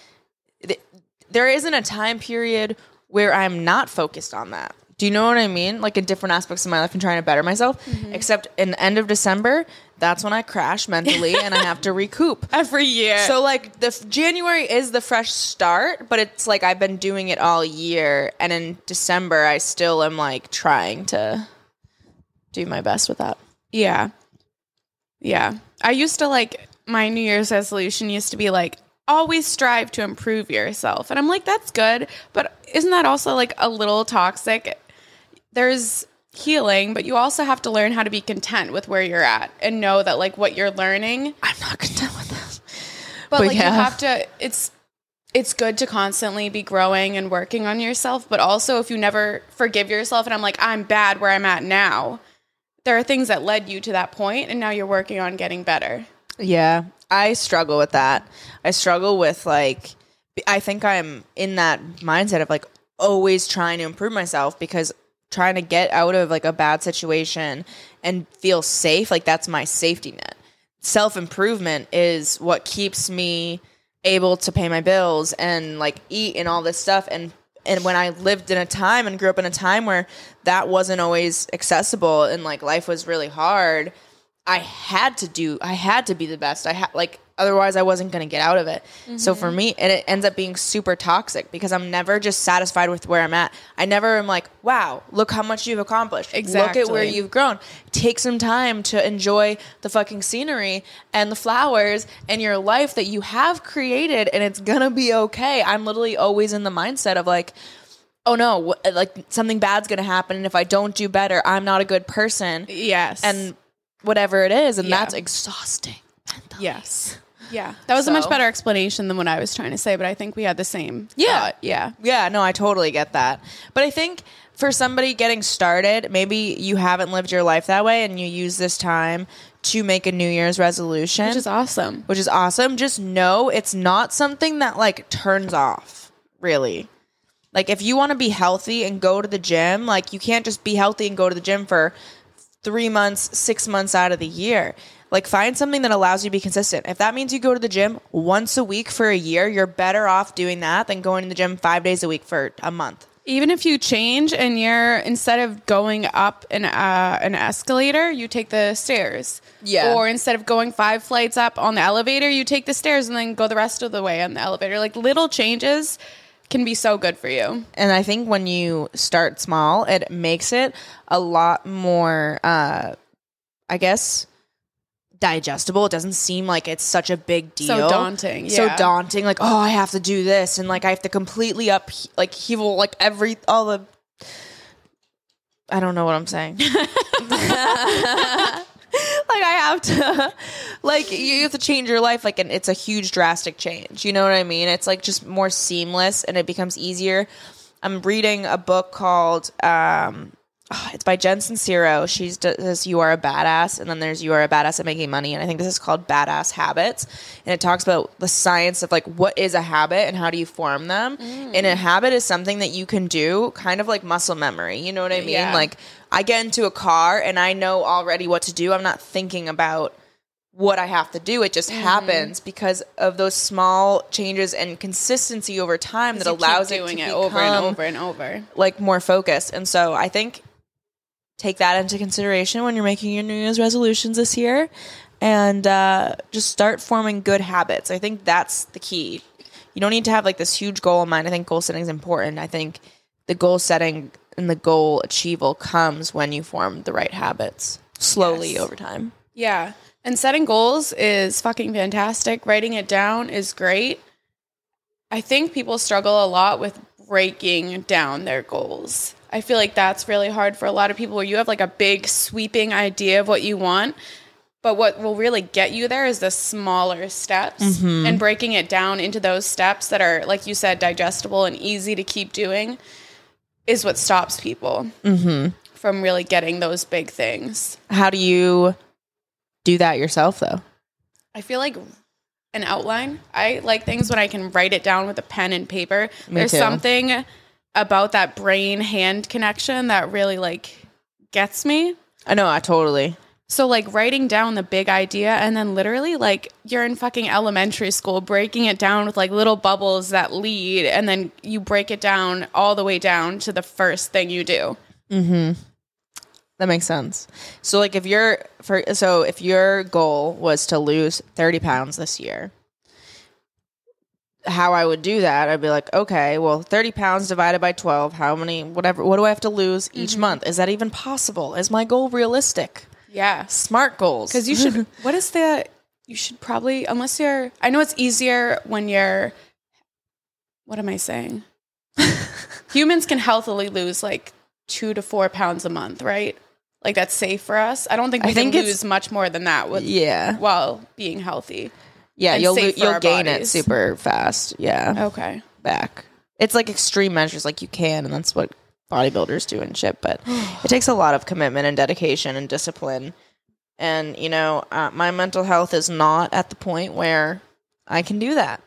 [SPEAKER 3] th- there isn't a time period where I'm not focused on that. Do you know what I mean? Like in different aspects of my life and trying to better myself. Except in the end of December, that's when I crash mentally and I have to recoup.
[SPEAKER 2] Every year.
[SPEAKER 3] So like the f- January is the fresh start, but it's like I've been doing it all year, and in December I still am like trying to do my best with that.
[SPEAKER 2] Yeah. Yeah. I used to like my New Year's resolution used to be like always strive to improve yourself. And I'm like that's good, but isn't that also like a little toxic? There's healing, but you also have to learn how to be content with where you're at and know that like what you're learning,
[SPEAKER 3] I'm not content with that.
[SPEAKER 2] but,
[SPEAKER 3] But
[SPEAKER 2] like you
[SPEAKER 3] yeah.
[SPEAKER 2] have to it's it's good to constantly be growing and working on yourself, but also if you never forgive yourself and I'm like I'm bad where I'm at now, there are things that led you to that point and now you're working on getting better.
[SPEAKER 3] Yeah, I struggle with that. I struggle with like I think I'm in that mindset of like always trying to improve myself because trying to get out of like a bad situation and feel safe, like that's my safety net. Self-improvement is what keeps me able to pay my bills and like eat and all this stuff and and when I lived in a time and grew up in a time where that wasn't always accessible and like life was really hard, I had to do. I had to be the best. I had like otherwise I wasn't going to get out of it. So for me, and it ends up being super toxic because I'm never just satisfied with where I'm at. I never am like, wow, look how much you've accomplished. Look at where
[SPEAKER 2] Exactly.
[SPEAKER 3] you've grown. Take some time to enjoy the fucking scenery and the flowers and your life that you have created, and it's gonna be okay. I'm literally always in the mindset of like, oh no, wh- like something bad's gonna happen, and if I don't do better, I'm not a good person
[SPEAKER 2] Yes.
[SPEAKER 3] and whatever it is, and
[SPEAKER 2] Yeah.
[SPEAKER 3] that's exhausting. mentally.
[SPEAKER 2] yes. Yeah. That was a much
[SPEAKER 3] So-
[SPEAKER 2] better explanation than what I was trying to say, but I think we had the same.
[SPEAKER 3] Yeah.
[SPEAKER 2] thought. Yeah.
[SPEAKER 3] Yeah, no, I totally get that. But I think for somebody getting started, maybe you haven't lived your life that way and you use this time to make a New Year's resolution,
[SPEAKER 2] Which is awesome.
[SPEAKER 3] which is awesome. Just know it's not something that like turns off, really. Like if you want to be healthy and go to the gym, like you can't just be healthy and go to the gym for 3 months, 6 months out of the year. Like find something that allows you to be consistent. If that means you go to the gym once a week for a year, you're better off doing that than going to the gym 5 days a week for a month.
[SPEAKER 2] Even if you change and you're instead of going up an uh, an escalator, you take the stairs.
[SPEAKER 1] Yeah.
[SPEAKER 2] Or instead of going five flights up on the elevator, you take the stairs and then go the rest of the way on the elevator. Like little changes can be so good for you.
[SPEAKER 3] And I think when you start small, it makes it a lot more, uh, I guess, digestible. It doesn't seem like it's such a big deal.
[SPEAKER 2] So daunting,
[SPEAKER 3] So
[SPEAKER 2] yeah.
[SPEAKER 3] daunting. Like, oh, I have to do this. And like, I have to completely up, like, heaval, like, every, all the. I don't know what I'm saying. like, I have to, like, you you have to change your life. Like, and it's a huge, drastic change. You know what I mean? It's like just more seamless and it becomes easier. I'm reading a book called um, oh, it's by Jen Sincero. She does "You Are a Badass," and then there's "You Are a Badass at Making Money," and I think this is called "Badass Habits," and it talks about the science of like what is a habit and how do you form them. And a habit is something that you can do, kind of like muscle memory. You know what I mean?
[SPEAKER 2] Yeah.
[SPEAKER 3] Like I get into a car and I know already what to do. I'm not thinking about what I have to do. It just
[SPEAKER 2] Mm-hmm.
[SPEAKER 3] happens because of those small changes and consistency over time that
[SPEAKER 2] You
[SPEAKER 3] allows
[SPEAKER 2] keep
[SPEAKER 3] it to
[SPEAKER 2] doing
[SPEAKER 3] become
[SPEAKER 2] it over and over and over.
[SPEAKER 3] like more focused. And so I think take that into consideration when you're making your New Year's resolutions this year, and uh, just start forming good habits. I think that's the key. You don't need to have like this huge goal in mind. I think goal setting is important. I think the goal setting and the goal achievable comes when you form the right habits slowly over time.
[SPEAKER 2] Yeah. And setting goals is fucking fantastic. Writing it down is great. I think people struggle a lot with breaking down their goals. I feel like that's really hard for a lot of people where you have like a big sweeping idea of what you want. But what will really get you there is the smaller steps and breaking it down into those steps that are, like you said, digestible and easy to keep doing is what stops people from really getting those big things.
[SPEAKER 3] How do you do that yourself though?
[SPEAKER 2] I feel like an outline. I like things when I can write it down with a pen and paper. There's
[SPEAKER 3] too.
[SPEAKER 2] something about that brain hand connection that really like gets me.
[SPEAKER 3] I know, I totally.
[SPEAKER 2] So like writing down the big idea and then literally like you're in fucking elementary school breaking it down with like little bubbles that lead and then you break it down all the way down to the first thing you do.
[SPEAKER 3] That makes sense. So like if your for so if your goal was to lose 30 pounds this year, how I would do that, I'd be like, okay, well, 30 pounds divided by 12, how many whatever what do I have to lose each
[SPEAKER 2] Mm-hmm.
[SPEAKER 3] month? Is that even possible? Is my goal realistic?
[SPEAKER 2] Yeah.
[SPEAKER 3] Smart goals.
[SPEAKER 2] Because you should. what is the? You should probably, unless you're. I know it's easier when you're. What am I saying? Humans can healthily lose like two to four pounds a month, right? Like that's safe for us. I don't think
[SPEAKER 3] I
[SPEAKER 2] we
[SPEAKER 3] think
[SPEAKER 2] can
[SPEAKER 3] it's-
[SPEAKER 2] lose much more than that with
[SPEAKER 3] Yeah.
[SPEAKER 2] while being healthy.
[SPEAKER 3] Yeah,
[SPEAKER 2] and
[SPEAKER 3] you'll lo-
[SPEAKER 2] safe for
[SPEAKER 3] you'll
[SPEAKER 2] our
[SPEAKER 3] gain it
[SPEAKER 2] bodies.
[SPEAKER 3] super fast. Yeah.
[SPEAKER 2] Okay.
[SPEAKER 3] back. It's like extreme measures, like you can, and that's what bodybuilders do and shit. But it takes a lot of commitment and dedication and discipline. And you know, uh, my mental health is not at the point where I can do that.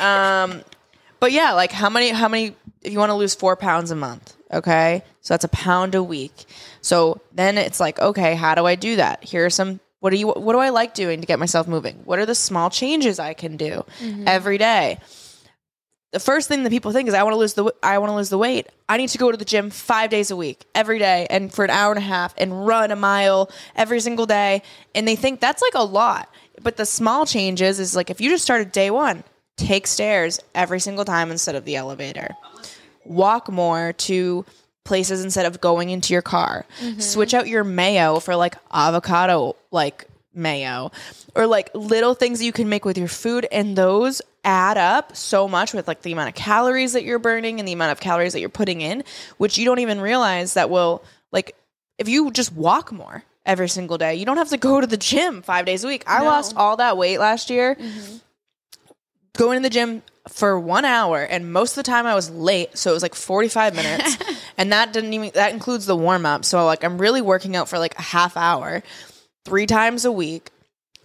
[SPEAKER 3] um, but yeah, like how many? How many? If you want to lose four pounds a month, okay, so that's a pound a week. So then it's like, okay, how do I do that? Here are some. What do you? What do I like doing to get myself moving? What are the small changes I can do every day? the first thing that people think is I want to lose the w- I want to lose the weight. I need to go to the gym 5 days a week every day and for an hour and a half and run a mile every single day and they think that's like a lot. But the small changes is like if you just started day 1, take stairs every single time instead of the elevator. Walk more to places instead of going into your car. Switch out your mayo for like avocado like mayo or like little things that you can make with your food and those add up so much with like the amount of calories that you're burning and the amount of calories that you're putting in which you don't even realize that will like if you just walk more every single day you don't have to go to the gym 5 days a week i lost all that weight last year going to the gym for one hour and most of the time i was late so it was like 45 minutes and that didn't even that includes the warm up so like i'm really working out for like a half hour three times a week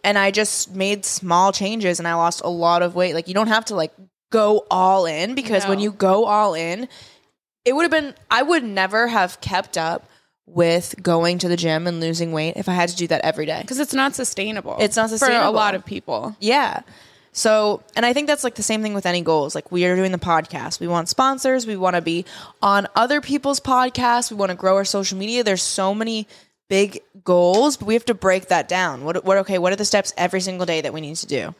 [SPEAKER 3] and i just made small changes and i lost a lot of weight like you don't have to like go all in because when
[SPEAKER 2] No.
[SPEAKER 3] you go all in it would have been i would never have kept up with going to the gym and losing weight if i had to do that every day
[SPEAKER 2] Because it's not sustainable.
[SPEAKER 3] It's not
[SPEAKER 2] for a
[SPEAKER 3] sustainable.
[SPEAKER 2] lot of people.
[SPEAKER 3] yeah. So, and I think that's like the same thing with any goals. Like we are doing the podcast. We want sponsors. We want to be on other people's podcasts. We want to grow our social media. There's so many big goals, but we have to break that down. What what okay, what are the steps every single day that we need to do?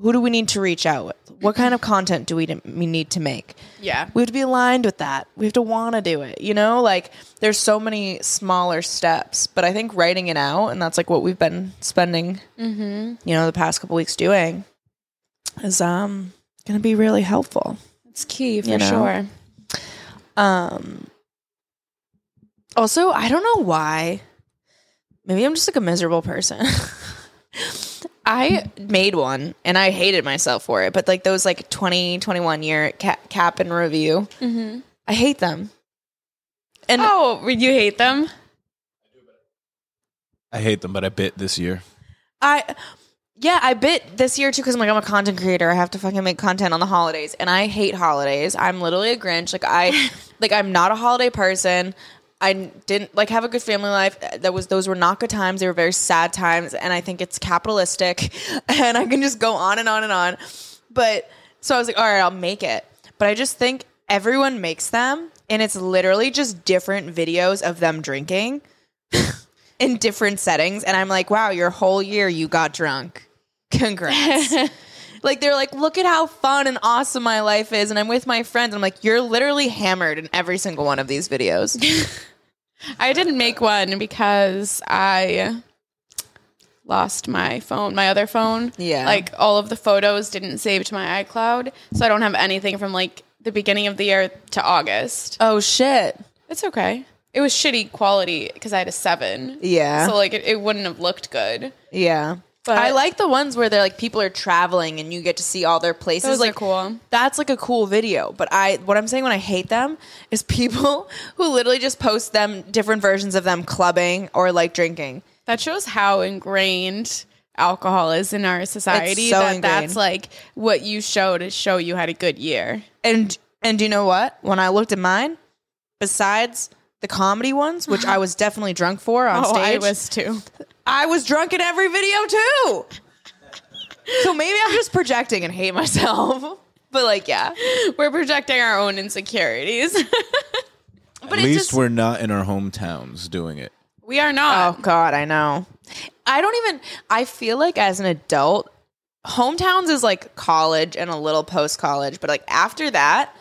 [SPEAKER 3] Who do we need to reach out with? What kind of content do we, to, we need to make?
[SPEAKER 2] Yeah.
[SPEAKER 3] we have to be aligned with that. We have to want to do it. You know, like there's so many smaller steps, but I think writing it out, and that's like what we've been spending, you know, the past couple weeks doing, is um gonna be really helpful.
[SPEAKER 2] It's key for
[SPEAKER 3] You know?
[SPEAKER 2] sure.
[SPEAKER 3] Um. Also, I don't know why. Maybe I'm just like a miserable person. I made one and I hated myself for it, but like those like 20, 21 year ca- cap and review, I hate them. And
[SPEAKER 2] Oh, you hate them?
[SPEAKER 4] I hate them, but I bit this year.
[SPEAKER 3] I, yeah, I bit this year too because I'm like, I'm a content creator. I have to fucking make content on the holidays, and I hate holidays. I'm literally a Grinch. Like I, like I'm not a holiday person. I didn't like have a good family life. That was those were not good times. They were very sad times, and I think it's capitalistic. And I can just go on and on and on. But so I was like, all right, I'll make it. But I just think everyone makes them, and it's literally just different videos of them drinking in different settings and i'm like wow your whole year you got drunk congrats like they're like look at how fun and awesome my life is and i'm with my friends and i'm like you're literally hammered in every single one of these videos
[SPEAKER 2] I didn't make one because I lost my phone, my other phone.
[SPEAKER 3] Yeah.
[SPEAKER 2] Like all of the photos didn't save to my iCloud. So I don't have anything from like the beginning of the year to August.
[SPEAKER 3] oh shit
[SPEAKER 2] It's okay. It was shitty quality because I had a seven.
[SPEAKER 3] Yeah.
[SPEAKER 2] So like it, it wouldn't have looked good.
[SPEAKER 3] yeah
[SPEAKER 2] But-
[SPEAKER 3] i like the ones where they're like people are traveling and you get to see all their places
[SPEAKER 2] Those are
[SPEAKER 3] like
[SPEAKER 2] cool.
[SPEAKER 3] that's like a cool video but i what i'm saying when i hate them is people who literally just post them different versions of them clubbing or like drinking
[SPEAKER 2] That shows how ingrained alcohol is in our society.
[SPEAKER 3] It's so
[SPEAKER 2] that
[SPEAKER 3] ingrained.
[SPEAKER 2] that's like what you show to show you had a good year.
[SPEAKER 3] And and do you know what? When I looked at mine, besides the comedy ones, which I was definitely drunk for on
[SPEAKER 2] Oh, I
[SPEAKER 3] stage,
[SPEAKER 2] was too.
[SPEAKER 3] I was drunk in every video too. so maybe I'm just projecting and hate myself. But like, yeah,
[SPEAKER 2] We're projecting our own insecurities.
[SPEAKER 4] At
[SPEAKER 3] it
[SPEAKER 4] least
[SPEAKER 3] just-
[SPEAKER 4] we're not in our hometowns doing it.
[SPEAKER 2] we are not.
[SPEAKER 3] Oh God, I know. I don't even. I feel like as an adult, hometowns is like college and a little post college, but like after that,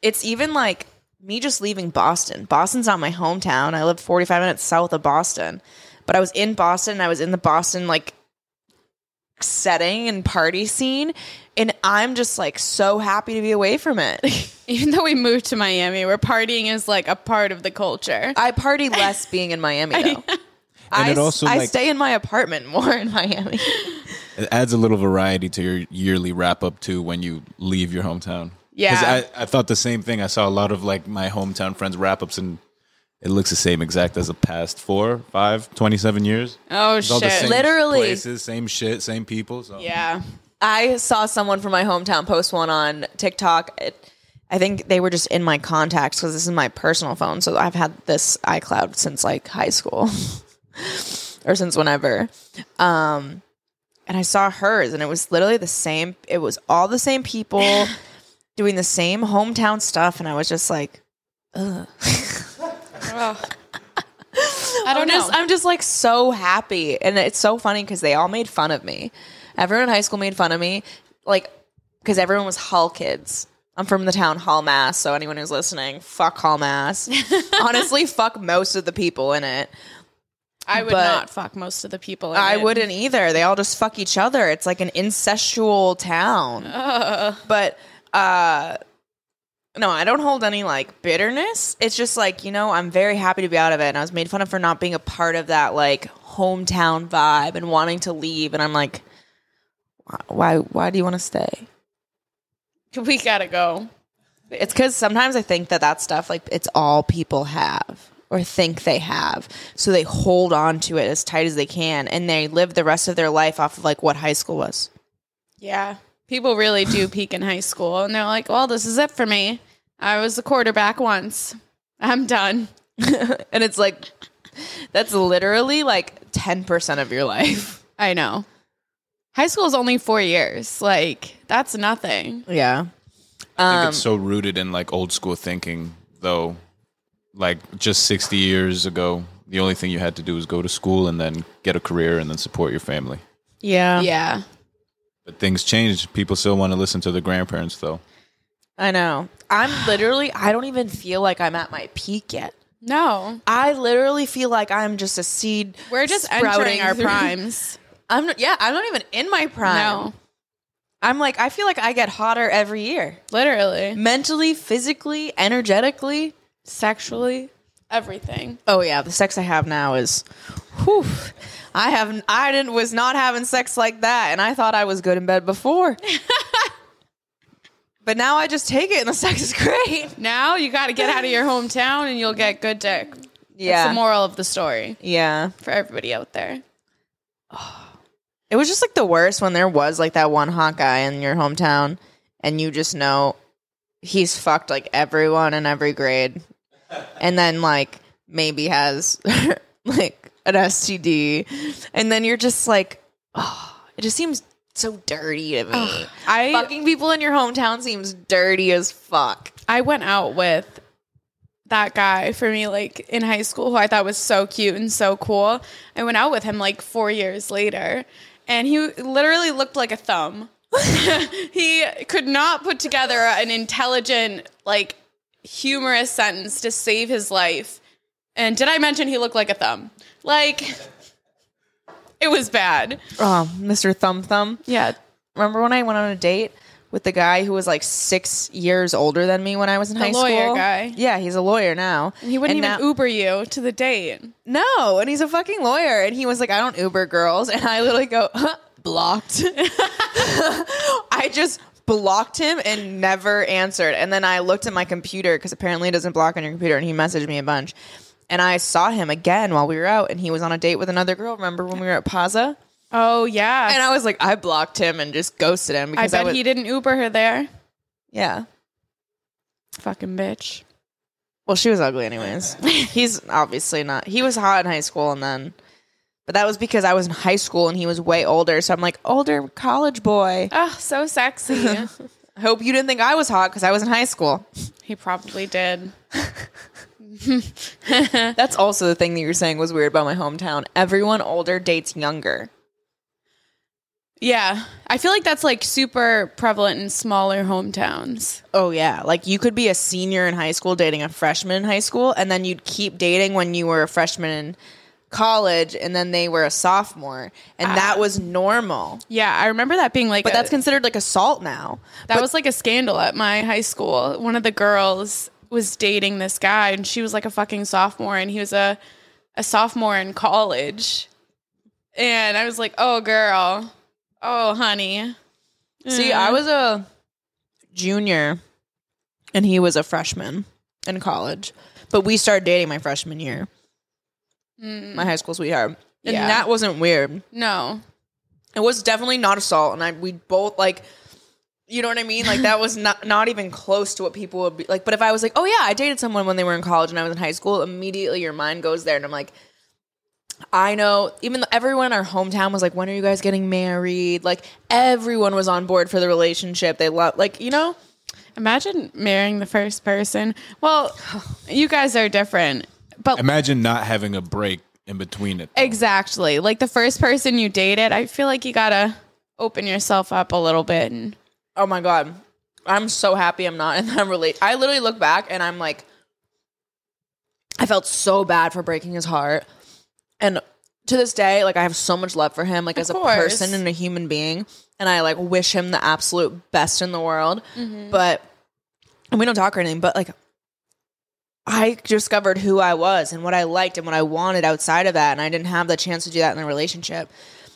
[SPEAKER 3] it's even like me just leaving Boston. Boston's not my hometown. I live 45 minutes south of Boston, but I was in Boston. and I was in the Boston like setting and party scene, and I'm just like so happy to be away from it.
[SPEAKER 2] Even though we moved to Miami, where partying is like a part of the culture.
[SPEAKER 3] I party less being in Miami though. I,
[SPEAKER 4] it also,
[SPEAKER 3] I
[SPEAKER 4] like-
[SPEAKER 3] stay in my apartment more in Miami.
[SPEAKER 4] It adds a little variety to your yearly wrap up too when you leave your hometown. 'Cause
[SPEAKER 2] Yeah.
[SPEAKER 4] I, I thought the same thing. I saw a lot of like my hometown friends wrap ups and it looks the same exact as the past four, five, 27 years.
[SPEAKER 2] Oh
[SPEAKER 4] It's all the same
[SPEAKER 2] shit.
[SPEAKER 3] Literally.
[SPEAKER 4] places, same shit, same people. So.
[SPEAKER 2] Yeah.
[SPEAKER 3] I saw someone from my hometown post one on TikTok. It, I think they were just in my contacts because this is my personal phone. So I've had this iCloud since like high school or since whenever. Um, and I saw hers, and it was literally the same. It was all the same people doing the same hometown stuff. And I was just like,
[SPEAKER 2] I don't
[SPEAKER 3] I'm
[SPEAKER 2] know.
[SPEAKER 3] just I'm just like so happy, and it's so funny because they all made fun of me. Everyone in high school made fun of me, like because everyone was Hall kids. I'm from the town Hall, Mass. So anyone who's listening, fuck Hall, Mass. Honestly, fuck most of the people in it.
[SPEAKER 2] I would
[SPEAKER 3] but-
[SPEAKER 2] not fuck most of the people. in
[SPEAKER 3] I
[SPEAKER 2] it.
[SPEAKER 3] wouldn't either. They all just fuck each other. It's like an incestual town. But uh no, I don't hold any like bitterness. It's just like, you know, I'm very happy to be out of it. And I was made fun of for not being a part of that like hometown vibe and wanting to leave. And I'm like, wh- why why do you want to stay?
[SPEAKER 2] We gotta go.
[SPEAKER 3] It's because sometimes I think that that stuff, like, it's all people have or think they have. So they hold on to it as tight as they can and they live the rest of their life off of, like, what high school was.
[SPEAKER 2] Yeah. People really do peak in high school and they're like, well, this is it for me. I was a quarterback once. I'm done.
[SPEAKER 3] And it's like, that's literally like 10% of your life.
[SPEAKER 2] I know. High school is only four years. Like, that's nothing.
[SPEAKER 1] Yeah.
[SPEAKER 4] I
[SPEAKER 2] Um,
[SPEAKER 4] think it's so rooted in like old school thinking, though. Like just 60 years ago, the only thing you had to do was go to school and then get a career and then support your family.
[SPEAKER 3] Yeah.
[SPEAKER 2] Yeah.
[SPEAKER 4] But things changed. People still want to listen to their grandparents, though.
[SPEAKER 3] I know.
[SPEAKER 1] I'm literally, I don't even feel like I'm at my peak yet.
[SPEAKER 2] No.
[SPEAKER 3] I literally feel like I'm just a seed.
[SPEAKER 2] We're just
[SPEAKER 3] sprouting
[SPEAKER 2] entering our
[SPEAKER 3] through-
[SPEAKER 2] primes.
[SPEAKER 3] I'm not, yeah, I'm not even in my prime.
[SPEAKER 2] No.
[SPEAKER 3] I'm like I feel like I get hotter every year.
[SPEAKER 2] Literally.
[SPEAKER 3] Mentally, physically, energetically.
[SPEAKER 2] Sexually. Everything.
[SPEAKER 3] Oh yeah, the sex I have now is whew. I have I didn't was not having sex like that and I thought I was good in bed before. but now I just take it and the sex is great.
[SPEAKER 2] Now you got to get out of your hometown and you'll get good dick. That's
[SPEAKER 3] Yeah.
[SPEAKER 2] the moral of the story
[SPEAKER 3] yeah.
[SPEAKER 2] for everybody out there.
[SPEAKER 3] It was just like the worst when there was like that one hot guy in your hometown and you just know he's fucked like everyone in every grade and then like maybe has like an STD and then you're just like oh it just seems so dirty to me.
[SPEAKER 2] I
[SPEAKER 3] Fucking people in your hometown seems dirty as fuck.
[SPEAKER 2] I went out with that guy for me like in high school who I thought was so cute and so cool. I went out with him like 4 years later and he literally looked like a thumb. he could not put together an intelligent like humorous sentence to save his life. And did I mention he looked like a thumb? Like it was bad.
[SPEAKER 3] Oh, Mr. Thumb Thumb.
[SPEAKER 2] Yeah.
[SPEAKER 3] Remember when I went on a date with the guy who was like six years older than me when I was in high
[SPEAKER 2] lawyer
[SPEAKER 3] school?
[SPEAKER 2] guy.
[SPEAKER 3] Yeah, he's a lawyer now.
[SPEAKER 2] He wouldn't
[SPEAKER 3] And
[SPEAKER 2] even
[SPEAKER 3] now-
[SPEAKER 2] Uber you to the date.
[SPEAKER 3] No, and he's a fucking lawyer. And he was like, I don't Uber girls. And I literally go, huh, blocked. I just blocked him and never answered. And then I looked at my computer because apparently it doesn't block on your computer. And he messaged me a bunch. And I saw him again while we were out. And he was on a date with another girl. Remember when we were at Paza?
[SPEAKER 2] Oh yeah.
[SPEAKER 3] And I was like, I blocked him and just ghosted him
[SPEAKER 2] I
[SPEAKER 3] because I,
[SPEAKER 2] bet
[SPEAKER 3] was,
[SPEAKER 2] he didn't Uber her there.
[SPEAKER 3] yeah.
[SPEAKER 2] Fucking bitch.
[SPEAKER 3] Well, she was ugly, anyways. He's obviously not. He was hot in high school, and then, but that was because I was in high school and he was way older. So I'm like, older college boy.
[SPEAKER 2] Oh, so sexy.
[SPEAKER 3] I hope you didn't think I was hot because I was in high school.
[SPEAKER 2] he probably did.
[SPEAKER 3] That's also the thing that you were saying was weird about my hometown. Everyone older dates younger.
[SPEAKER 2] Yeah. I feel like that's like super prevalent in smaller hometowns.
[SPEAKER 3] Oh yeah, like you could be a senior in high school dating a freshman in high school, and then you'd keep dating when you were a freshman in college, and then they were a sophomore, and that was normal.
[SPEAKER 2] Yeah, I remember that being like
[SPEAKER 3] But
[SPEAKER 2] a-
[SPEAKER 3] that's considered like assault now.
[SPEAKER 2] that was like a scandal at my high school. One of the girls was dating this guy and she was like a fucking sophomore and he was a a sophomore in college. And I was like, "Oh girl. Oh honey."
[SPEAKER 3] See, I was a junior and he was a freshman in college. But we started dating my freshman year. My high school sweetheart. Mm. And
[SPEAKER 2] Yeah.
[SPEAKER 3] that wasn't weird.
[SPEAKER 2] No.
[SPEAKER 3] It was definitely not assault and I we both like you know what I mean? Like that was not not even close to what people would be like. But if I was like, "Oh yeah, I dated someone when they were in college and I was in high school," immediately your mind goes there and I'm like, I know even though everyone in our hometown was like, when are you guys getting married? Like everyone was on board for the relationship. They love like, you know?
[SPEAKER 2] Imagine marrying the first person. Well, you guys are different, but
[SPEAKER 4] Imagine not having a break in between it.
[SPEAKER 2] exactly like the first person you dated. I feel like you gotta open yourself up a little bit. And
[SPEAKER 3] Oh my god. I'm so happy I'm not in that relate. I literally look back and I'm like I felt so bad for breaking his heart. And to this day, like I have so much love for him, like as
[SPEAKER 2] course.
[SPEAKER 3] a person and a human being. And I like wish him the absolute best in the world. But and we don't talk or anything, but like I discovered who I was and what I liked and what I wanted outside of that. And I didn't have the chance to do that in a relationship.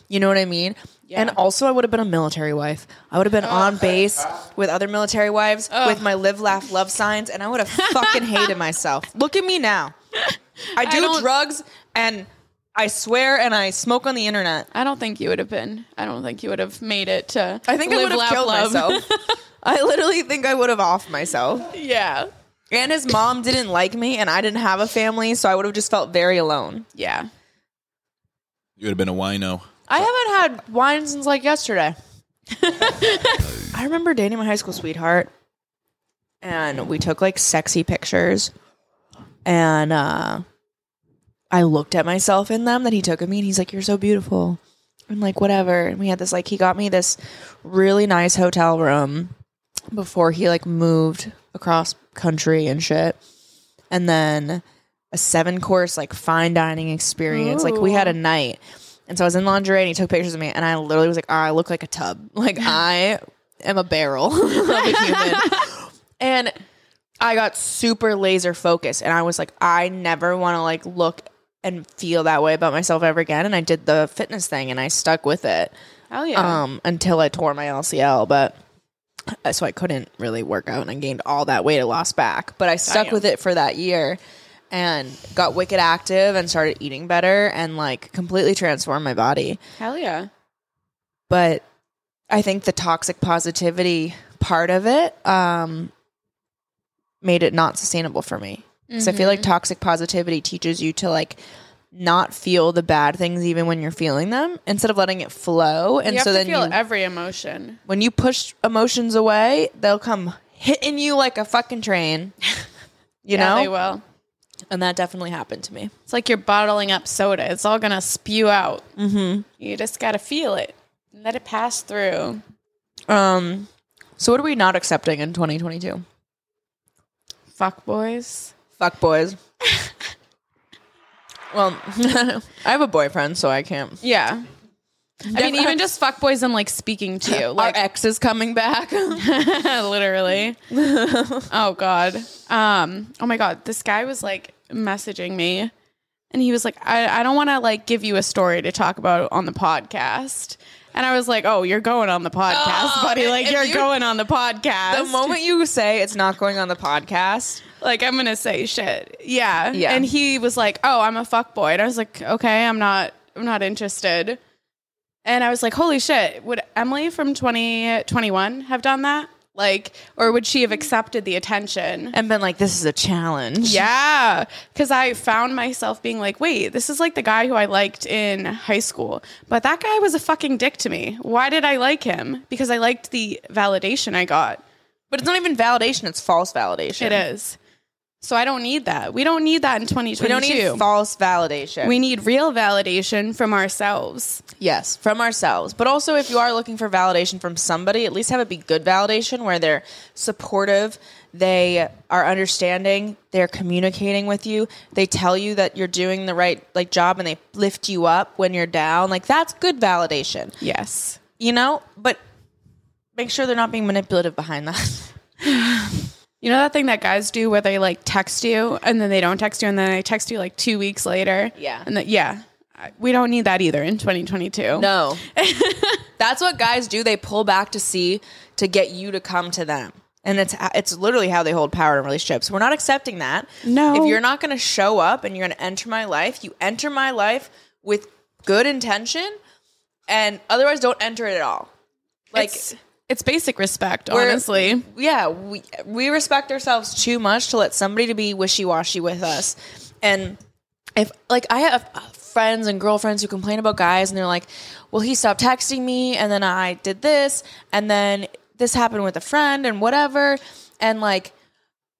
[SPEAKER 3] You know what I mean? And also, I would have been a military wife. I would have been on base with other military wives with my live, laugh, love signs, and I would have fucking hated myself. Look at me now. I do
[SPEAKER 2] don't-
[SPEAKER 3] drugs and I swear and I smoke on the internet.
[SPEAKER 2] I don't think you would have been. I don't think you would have made it to.
[SPEAKER 3] I think I
[SPEAKER 2] live,
[SPEAKER 3] would have
[SPEAKER 2] laugh,
[SPEAKER 3] killed
[SPEAKER 2] love.
[SPEAKER 3] myself. I literally think I would have offed myself.
[SPEAKER 2] yeah,
[SPEAKER 3] And his mom didn't like me, and I didn't have a family, so I would have just felt very alone.
[SPEAKER 2] yeah.
[SPEAKER 4] You would have been a wino.
[SPEAKER 3] I haven't had wine since like yesterday. I remember dating my high school sweetheart, and we took like sexy pictures, and uh, I looked at myself in them that he took of me, and he's like, "You're so beautiful," and like whatever. And we had this like he got me this really nice hotel room before he like moved across country and shit, and then a seven course like fine dining experience. Like we had a night. And so I was in lingerie and he took pictures of me and I literally was like, I look like a tub. Like I am a barrel of a human. and I got super laser focused and I was like, I never want to like look and feel that way about myself ever again. And I did the fitness thing and I stuck with it
[SPEAKER 2] Hell yeah.
[SPEAKER 3] um, until I tore my LCL, but uh, so I couldn't really work out and I gained all that weight I lost back. But I stuck with it for that year and got wicked active and started eating better and like completely transformed my body.
[SPEAKER 2] Hell yeah.
[SPEAKER 3] But I think the toxic positivity part of it um, made it not sustainable for me. Because I feel
[SPEAKER 2] Mm-hmm.
[SPEAKER 3] like toxic positivity teaches you to like not feel the bad things even when you're feeling them instead of letting it flow. And
[SPEAKER 2] you have
[SPEAKER 3] so
[SPEAKER 2] to
[SPEAKER 3] then
[SPEAKER 2] feel
[SPEAKER 3] you
[SPEAKER 2] every emotion.
[SPEAKER 3] when you push emotions away, they'll come hitting you like a fucking train. You
[SPEAKER 2] Yeah,
[SPEAKER 3] know?
[SPEAKER 2] they will.
[SPEAKER 3] And that definitely happened to me.
[SPEAKER 2] It's like you're bottling up soda. It's all gonna spew out. Mm-hmm. You just gotta feel it. and Let it pass through.
[SPEAKER 3] Um so what are we not accepting in 2022?
[SPEAKER 2] Fuck boys.
[SPEAKER 3] Fuck boys. well, I have a boyfriend, so I can't.
[SPEAKER 2] Yeah. I mean, even just fuck boys and like speaking to you,
[SPEAKER 3] Our
[SPEAKER 2] like
[SPEAKER 3] ex is coming back.
[SPEAKER 2] literally. oh god. Um. Oh my god. This guy was like messaging me, and he was like, "I I don't want to like give you a story to talk about on the podcast." And I was like, "Oh, you're going on the podcast,
[SPEAKER 3] Oh,
[SPEAKER 2] buddy.
[SPEAKER 3] and
[SPEAKER 2] Like
[SPEAKER 3] if
[SPEAKER 2] you're
[SPEAKER 3] you-
[SPEAKER 2] going on the podcast."
[SPEAKER 3] the moment you say it's not going on the podcast,
[SPEAKER 2] like I'm gonna say shit. Yeah.
[SPEAKER 3] Yeah.
[SPEAKER 2] And he was like, Oh, I'm a fuck boy. And I was like, Okay, I'm not I'm not interested. And I was like, Holy shit, would Emily from twenty twenty one have done that? Like, or would she have accepted the attention?
[SPEAKER 3] and been like, this is a challenge.
[SPEAKER 2] Yeah, because I found myself being like, wait, this is like the guy who I liked in high school, but that guy was a fucking dick to me. Why did I like him? Because I liked the validation I got.
[SPEAKER 3] But it's not even validation, it's false validation.
[SPEAKER 2] It is. So I don't need that. We don't need that in 2022.
[SPEAKER 3] We don't need false validation.
[SPEAKER 2] We need real validation from ourselves.
[SPEAKER 3] Yes, from ourselves. But also, if you are looking for validation from somebody, at least have it be good validation where they're supportive, they are understanding, they're communicating with you, they tell you that you're doing the right like job and they lift you up when you're down. Like that's good validation.
[SPEAKER 2] Yes.
[SPEAKER 3] You know? But make sure they're not being manipulative behind that.
[SPEAKER 2] You know that thing that guys do where they like text you and then they don't text you and then they text you like two weeks later?
[SPEAKER 3] Yeah.
[SPEAKER 2] And that, yeah. I- We don't need that either in 2022.
[SPEAKER 3] No. That's what guys do. They pull back to see to get you to come to them. And it's it's literally how they hold power in relationships. We're not accepting that.
[SPEAKER 2] No.
[SPEAKER 3] If you're not going to show up and you're going to enter my life, you enter my life with good intention and otherwise don't enter it at all. Like
[SPEAKER 2] It's, it's basic respect,
[SPEAKER 3] We're-
[SPEAKER 2] honestly.
[SPEAKER 3] yeah, we we respect ourselves too much to let somebody to be wishy-washy with us. And if like I have friends and girlfriends who complain about guys and they're like, "Well, he stopped texting me and then I did this and then this happened with a friend and whatever and like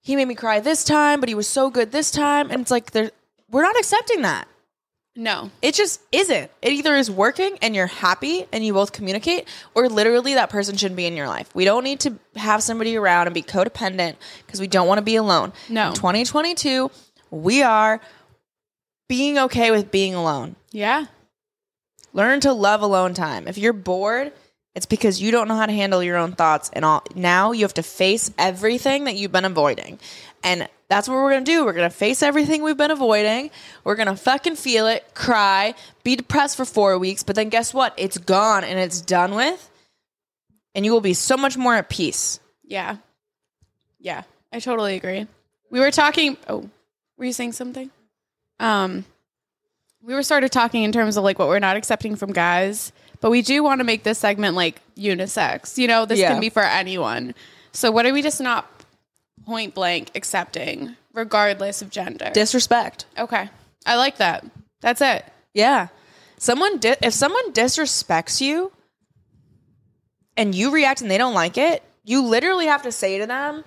[SPEAKER 3] he made me cry this time, but he was so good this time." And it's like there we're not accepting that.
[SPEAKER 2] No.
[SPEAKER 3] It just isn't. It either is working and you're happy and you both communicate, or literally that person shouldn't be in your life. We don't need to have somebody around and be codependent because we don't want to be alone.
[SPEAKER 2] No.
[SPEAKER 3] In 2022, we are being okay with being alone.
[SPEAKER 2] Yeah.
[SPEAKER 3] Learn to love alone time. If you're bored, it's because you don't know how to handle your own thoughts and all now you have to face everything that you've been avoiding. And that's what we're gonna do. We're gonna face everything we've been avoiding. We're gonna fucking feel it, cry, be depressed for four weeks, but then guess what? It's gone and it's done with. And you will be so much more at peace.
[SPEAKER 2] Yeah. Yeah. I totally agree. We were talking oh, were you saying something? Um we were sort of talking in terms of like what we're not accepting from guys, but we do want to make this segment like unisex. You know, this
[SPEAKER 3] Yeah.
[SPEAKER 2] can be for anyone. So what are we just not point blank accepting regardless of gender?
[SPEAKER 3] Disrespect.
[SPEAKER 2] okay. I like that. That's it.
[SPEAKER 3] Yeah. Someone di- if someone disrespects you and you react and they don't like it, you literally have to say to them,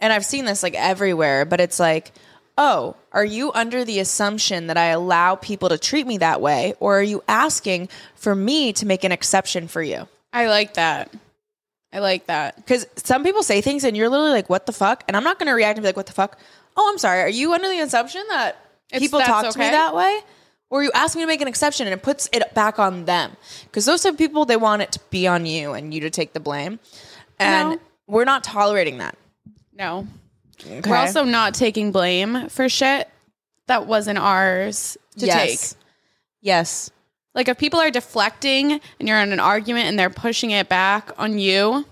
[SPEAKER 3] and I've seen this like everywhere, but it's like, "Oh, are you under the assumption that I allow people to treat me that way or are you asking for me to make an exception for you?"
[SPEAKER 2] I like that. I like that.
[SPEAKER 3] Because some people say things and you're literally like, what the fuck? And I'm not going to react and be like, what the fuck? Oh, I'm sorry. Are you under the assumption that
[SPEAKER 2] It's-
[SPEAKER 3] people
[SPEAKER 2] that's
[SPEAKER 3] talk to me
[SPEAKER 2] okay?
[SPEAKER 3] that way? Or you ask me to make an exception and it puts it back on them. Because those type of people, they want it to be on you and you to take the blame. And
[SPEAKER 2] No.
[SPEAKER 3] we're not tolerating that.
[SPEAKER 2] No.
[SPEAKER 3] Okay?
[SPEAKER 2] We're also not taking blame for shit that wasn't ours to
[SPEAKER 3] Yes.
[SPEAKER 2] take.
[SPEAKER 3] Yes.
[SPEAKER 2] Like if people are deflecting and you're in an argument and they're pushing it back on you,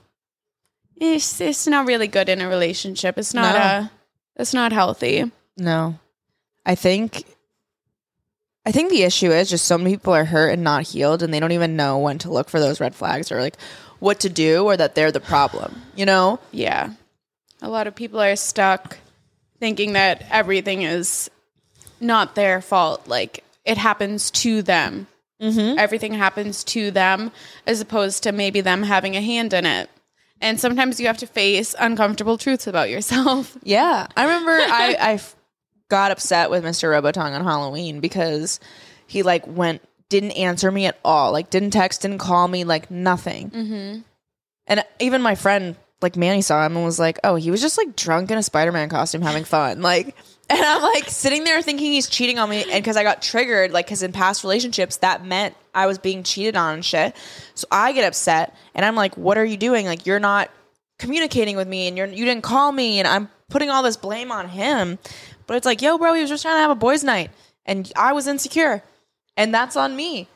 [SPEAKER 2] it's it's not really good in a relationship. It's not
[SPEAKER 3] No.
[SPEAKER 2] uh it's not healthy.
[SPEAKER 3] No. I think I think the issue is just so many people are hurt and not healed and they don't even know when to look for those red flags or like what to do or that they're the problem, you know?
[SPEAKER 2] Yeah. A lot of people are stuck thinking that everything is not their fault. Like it happens to them. Mm-hmm. Everything happens to them as opposed to maybe them having a hand in it. And sometimes you have to face uncomfortable truths about yourself.
[SPEAKER 3] Yeah. I remember I, I f- got upset with Mr. Robotong on Halloween because he like went didn't answer me at all. Like didn't text, didn't call me, like nothing. Mm-hmm. And even my friend, like Manny, saw him and was like, "Oh, he was just like drunk in a Spider-Man costume, having fun." Like, and I'm like sitting there thinking he's cheating on me, and because I got triggered, like, because in past relationships that meant I was being cheated on and shit. So I get upset, and I'm like, "What are you doing? Like, you're not communicating with me, and you're you didn't call me, and I'm putting all this blame on him." But it's like, "Yo, bro, he was just trying to have a boys' night, and I was insecure." and that's on me.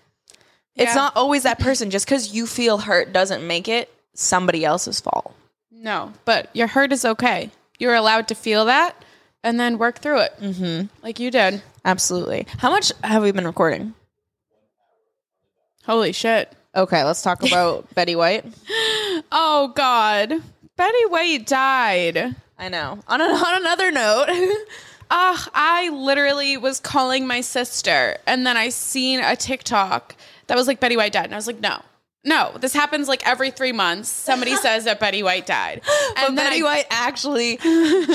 [SPEAKER 3] It's
[SPEAKER 2] Yeah.
[SPEAKER 3] not always that person. Just because you feel hurt doesn't make it somebody else's fault.
[SPEAKER 2] No, but your hurt is okay. You're allowed to feel that and then work through it. Mm-hmm. Like you did.
[SPEAKER 3] Absolutely. How much have we been recording?
[SPEAKER 2] Holy shit.
[SPEAKER 3] Okay, let's talk about Betty White.
[SPEAKER 2] Oh, God. Betty White died.
[SPEAKER 3] I know. On, an, on another note,
[SPEAKER 2] Ugh, I literally was calling my sister, and then I seen a TikTok that was like Betty White died, and I was like, no, no, this happens like every three months. Somebody says that Betty White died, and then
[SPEAKER 3] Betty
[SPEAKER 2] I,
[SPEAKER 3] White actually,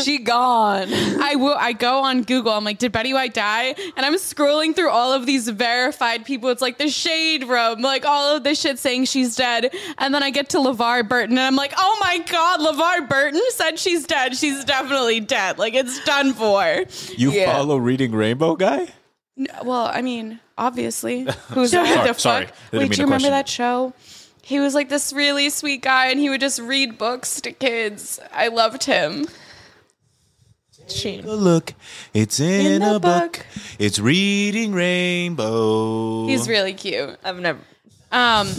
[SPEAKER 3] she gone.
[SPEAKER 2] I will, I go on Google, I'm like, did Betty White die? And I'm scrolling through all of these verified people. It's like the Shade Room, like all of this shit saying she's dead, and then I get to LeVar Burton, and I'm like, oh my god, LeVar Burton said she's dead. She's definitely dead. Like it's done for.
[SPEAKER 4] You follow Reading Rainbow guy?
[SPEAKER 2] Well, I mean, obviously.
[SPEAKER 3] Who's
[SPEAKER 2] Dude,
[SPEAKER 4] Sorry,
[SPEAKER 2] the fuck?
[SPEAKER 4] sorry. I didn't mean
[SPEAKER 2] Wait, do
[SPEAKER 4] to
[SPEAKER 2] you remember
[SPEAKER 4] question
[SPEAKER 2] that show? He was like this really sweet guy and he would just read books to kids. I loved him.
[SPEAKER 3] She.
[SPEAKER 4] Look, it's in,
[SPEAKER 2] the a book. book.
[SPEAKER 4] It's Reading Rainbow.
[SPEAKER 2] He's really cute.
[SPEAKER 3] I've never.
[SPEAKER 2] Um,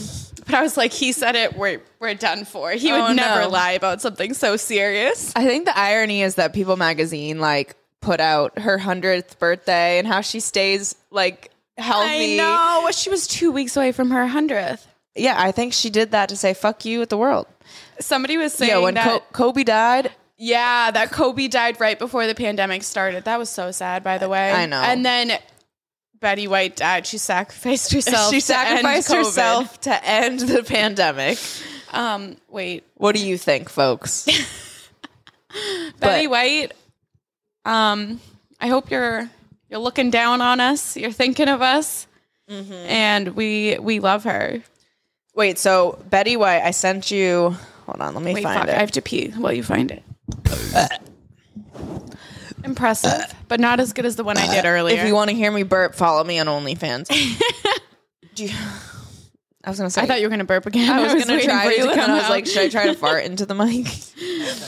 [SPEAKER 2] but I was like, he said it, we're, we're done for. He would
[SPEAKER 3] Oh, no.
[SPEAKER 2] never lie about something so serious.
[SPEAKER 3] I think the irony is that People Magazine like put out her hundredth birthday and how she stays like healthy.
[SPEAKER 2] I know. She was two weeks away from her 100th.
[SPEAKER 3] Yeah, I think she did that to say "fuck you" with the world.
[SPEAKER 2] Somebody was saying
[SPEAKER 3] Yeah, when
[SPEAKER 2] that.
[SPEAKER 3] Co- Kobe died,
[SPEAKER 2] Yeah, that Kobe died right before the pandemic started. That was so sad, by the way.
[SPEAKER 3] I know.
[SPEAKER 2] And then Betty White died. She sacrificed herself.
[SPEAKER 3] she
[SPEAKER 2] to end
[SPEAKER 3] sacrificed
[SPEAKER 2] COVID.
[SPEAKER 3] herself to end the pandemic.
[SPEAKER 2] Um, wait,
[SPEAKER 3] What do you think, folks?
[SPEAKER 2] Betty White. Um, I hope you're you're looking down on us. You're thinking of us,
[SPEAKER 3] Mm-hmm.
[SPEAKER 2] and we we love her.
[SPEAKER 3] Wait, so Betty White, I sent you. Hold on, let me
[SPEAKER 2] Wait,
[SPEAKER 3] find Uh.
[SPEAKER 2] fuck,
[SPEAKER 3] it.
[SPEAKER 2] I have to pee while you find it. Impressive, but not as good as the one I did earlier.
[SPEAKER 3] Uh, if you want to hear me burp, follow me on OnlyFans. do you, I was gonna say.
[SPEAKER 2] I thought you were gonna burp again.
[SPEAKER 3] I was, gonna
[SPEAKER 2] waiting
[SPEAKER 3] try
[SPEAKER 2] for
[SPEAKER 3] to,
[SPEAKER 2] you
[SPEAKER 3] and I was
[SPEAKER 2] out.
[SPEAKER 3] like, should I try to fart into the mic?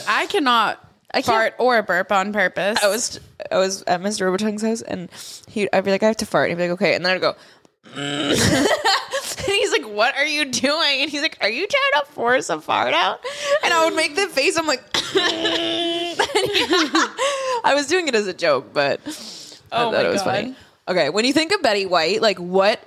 [SPEAKER 2] I cannot fart or burp on purpose.
[SPEAKER 3] I was I was at Mr. Robertong's house, and he I'd be like, I have to fart, and he'd be like, okay, and then I'd go. "Mm." and he's like, "What are you doing?" And he's like, "Are you trying to force a fart out?" And I would make the face. I'm like, "Mm." I was doing it as a joke, but I
[SPEAKER 2] Oh
[SPEAKER 3] thought
[SPEAKER 2] my
[SPEAKER 3] it was
[SPEAKER 2] God.
[SPEAKER 3] funny. Okay, when you think of Betty White, like what,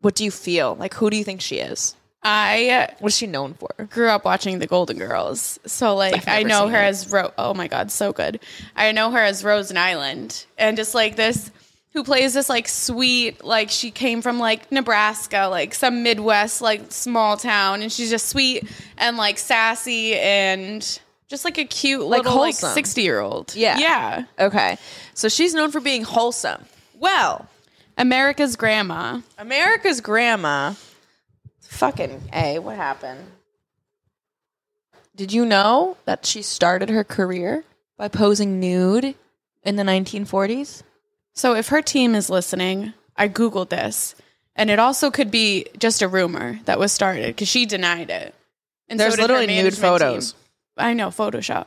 [SPEAKER 3] what do you feel? Like who do you think she is?
[SPEAKER 2] I
[SPEAKER 3] What's she known for?
[SPEAKER 2] grew up watching The Golden Girls, so like
[SPEAKER 3] never
[SPEAKER 2] I know
[SPEAKER 3] seen
[SPEAKER 2] her
[SPEAKER 3] it.
[SPEAKER 2] as Ro. Oh my god, so good! I know her as Rose Island, and just like this, who plays this like sweet, like she came from like Nebraska, like some Midwest, like small town, and she's just sweet and like sassy and just like a cute
[SPEAKER 3] Like
[SPEAKER 2] little like
[SPEAKER 3] wholesome.
[SPEAKER 2] sixty year old.
[SPEAKER 3] Yeah.
[SPEAKER 2] yeah.
[SPEAKER 3] Okay. So she's known for being wholesome. Well,
[SPEAKER 2] America's grandma.
[SPEAKER 3] America's grandma. Fucking A, what happened? Did you know that she started her career by posing nude in the 1940s?
[SPEAKER 2] So if her team is listening, I googled this, and it also could be just a rumor that was started because she denied it. And so
[SPEAKER 3] There's
[SPEAKER 2] did her
[SPEAKER 3] literally nude
[SPEAKER 2] management team.
[SPEAKER 3] photos.
[SPEAKER 2] I know Photoshop,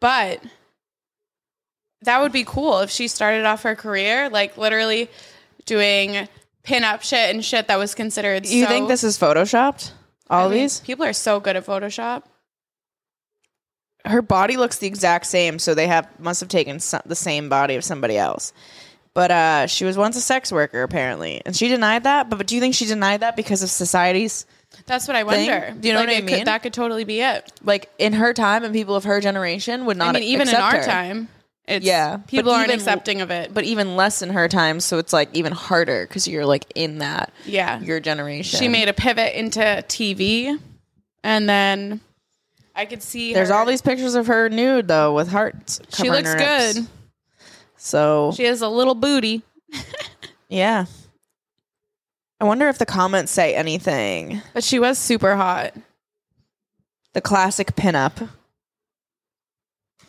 [SPEAKER 2] but that would be cool if she started off her career like literally doing pin-up shit and shit that was considered.
[SPEAKER 3] You
[SPEAKER 2] so-
[SPEAKER 3] think this is photoshopped?
[SPEAKER 2] I
[SPEAKER 3] All
[SPEAKER 2] mean,
[SPEAKER 3] these?
[SPEAKER 2] people are so good at Photoshop.
[SPEAKER 3] her body looks the exact same, so they have must have taken so- the same body of somebody else. But uh, she was once a sex worker, apparently, and she denied that. But, but do you think she denied that because of society's
[SPEAKER 2] That's what I wonder.
[SPEAKER 3] Do you know
[SPEAKER 2] Like,
[SPEAKER 3] what I
[SPEAKER 2] it could-
[SPEAKER 3] mean?
[SPEAKER 2] that could totally be it.
[SPEAKER 3] like in her time and people of her generation would not
[SPEAKER 2] I mean, even in
[SPEAKER 3] accept
[SPEAKER 2] our
[SPEAKER 3] her.
[SPEAKER 2] time, it's,
[SPEAKER 3] Yeah,
[SPEAKER 2] yeah,
[SPEAKER 3] but
[SPEAKER 2] people aren't
[SPEAKER 3] even-
[SPEAKER 2] accepting of it. But
[SPEAKER 3] but even less in her time. So it's like even harder because you're like in that
[SPEAKER 2] yeah,
[SPEAKER 3] your generation.
[SPEAKER 2] she made a pivot into TV, and then I could see
[SPEAKER 3] There's
[SPEAKER 2] her-
[SPEAKER 3] all these pictures of her nude though with hearts.
[SPEAKER 2] She
[SPEAKER 3] covering
[SPEAKER 2] looks
[SPEAKER 3] her hips.
[SPEAKER 2] good.
[SPEAKER 3] So
[SPEAKER 2] She has a little booty.
[SPEAKER 3] yeah, I wonder if the comments say anything.
[SPEAKER 2] But she was super hot.
[SPEAKER 3] the classic pinup.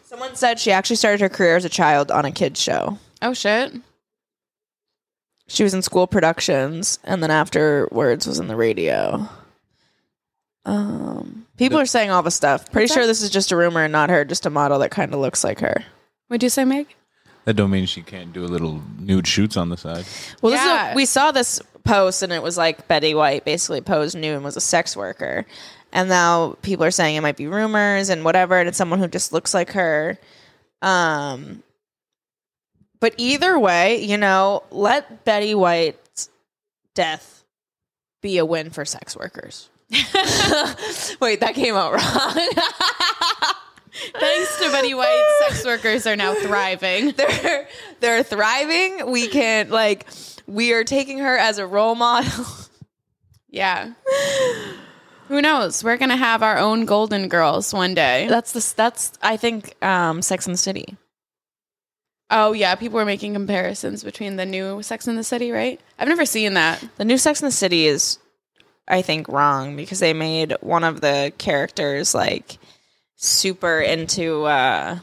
[SPEAKER 3] Someone said she actually started her career as a child on a kids show.
[SPEAKER 2] Oh shit!
[SPEAKER 3] She was in school productions, and then afterwards was in the radio. Um, people are saying all this stuff. Pretty sure this is just a rumor and not her, just a model that kind of looks like her.
[SPEAKER 2] Would you say Meg?
[SPEAKER 4] That don't mean she can't do a little nude shoots on the side.
[SPEAKER 3] Well, this is a-
[SPEAKER 2] Yeah.
[SPEAKER 3] we saw this post, and it was like Betty White basically posed new and was a sex worker, and now people are saying it might be rumors and whatever, and it's someone who just looks like her. Um, but either way, you know, let Betty White's death be a win for sex workers. Wait, that came out wrong.
[SPEAKER 2] Thanks to Betty White, sex workers are now thriving.
[SPEAKER 3] they're they're thriving. We can like we are taking her as a role model.
[SPEAKER 2] Yeah. Who knows? We're gonna have our own Golden Girls one day.
[SPEAKER 3] That's the that's I think um, Sex and the City.
[SPEAKER 2] Oh yeah, people were making comparisons between the new Sex in the City, right? I've never seen that.
[SPEAKER 3] The new Sex and the City is I think wrong because they made one of the characters like super into uh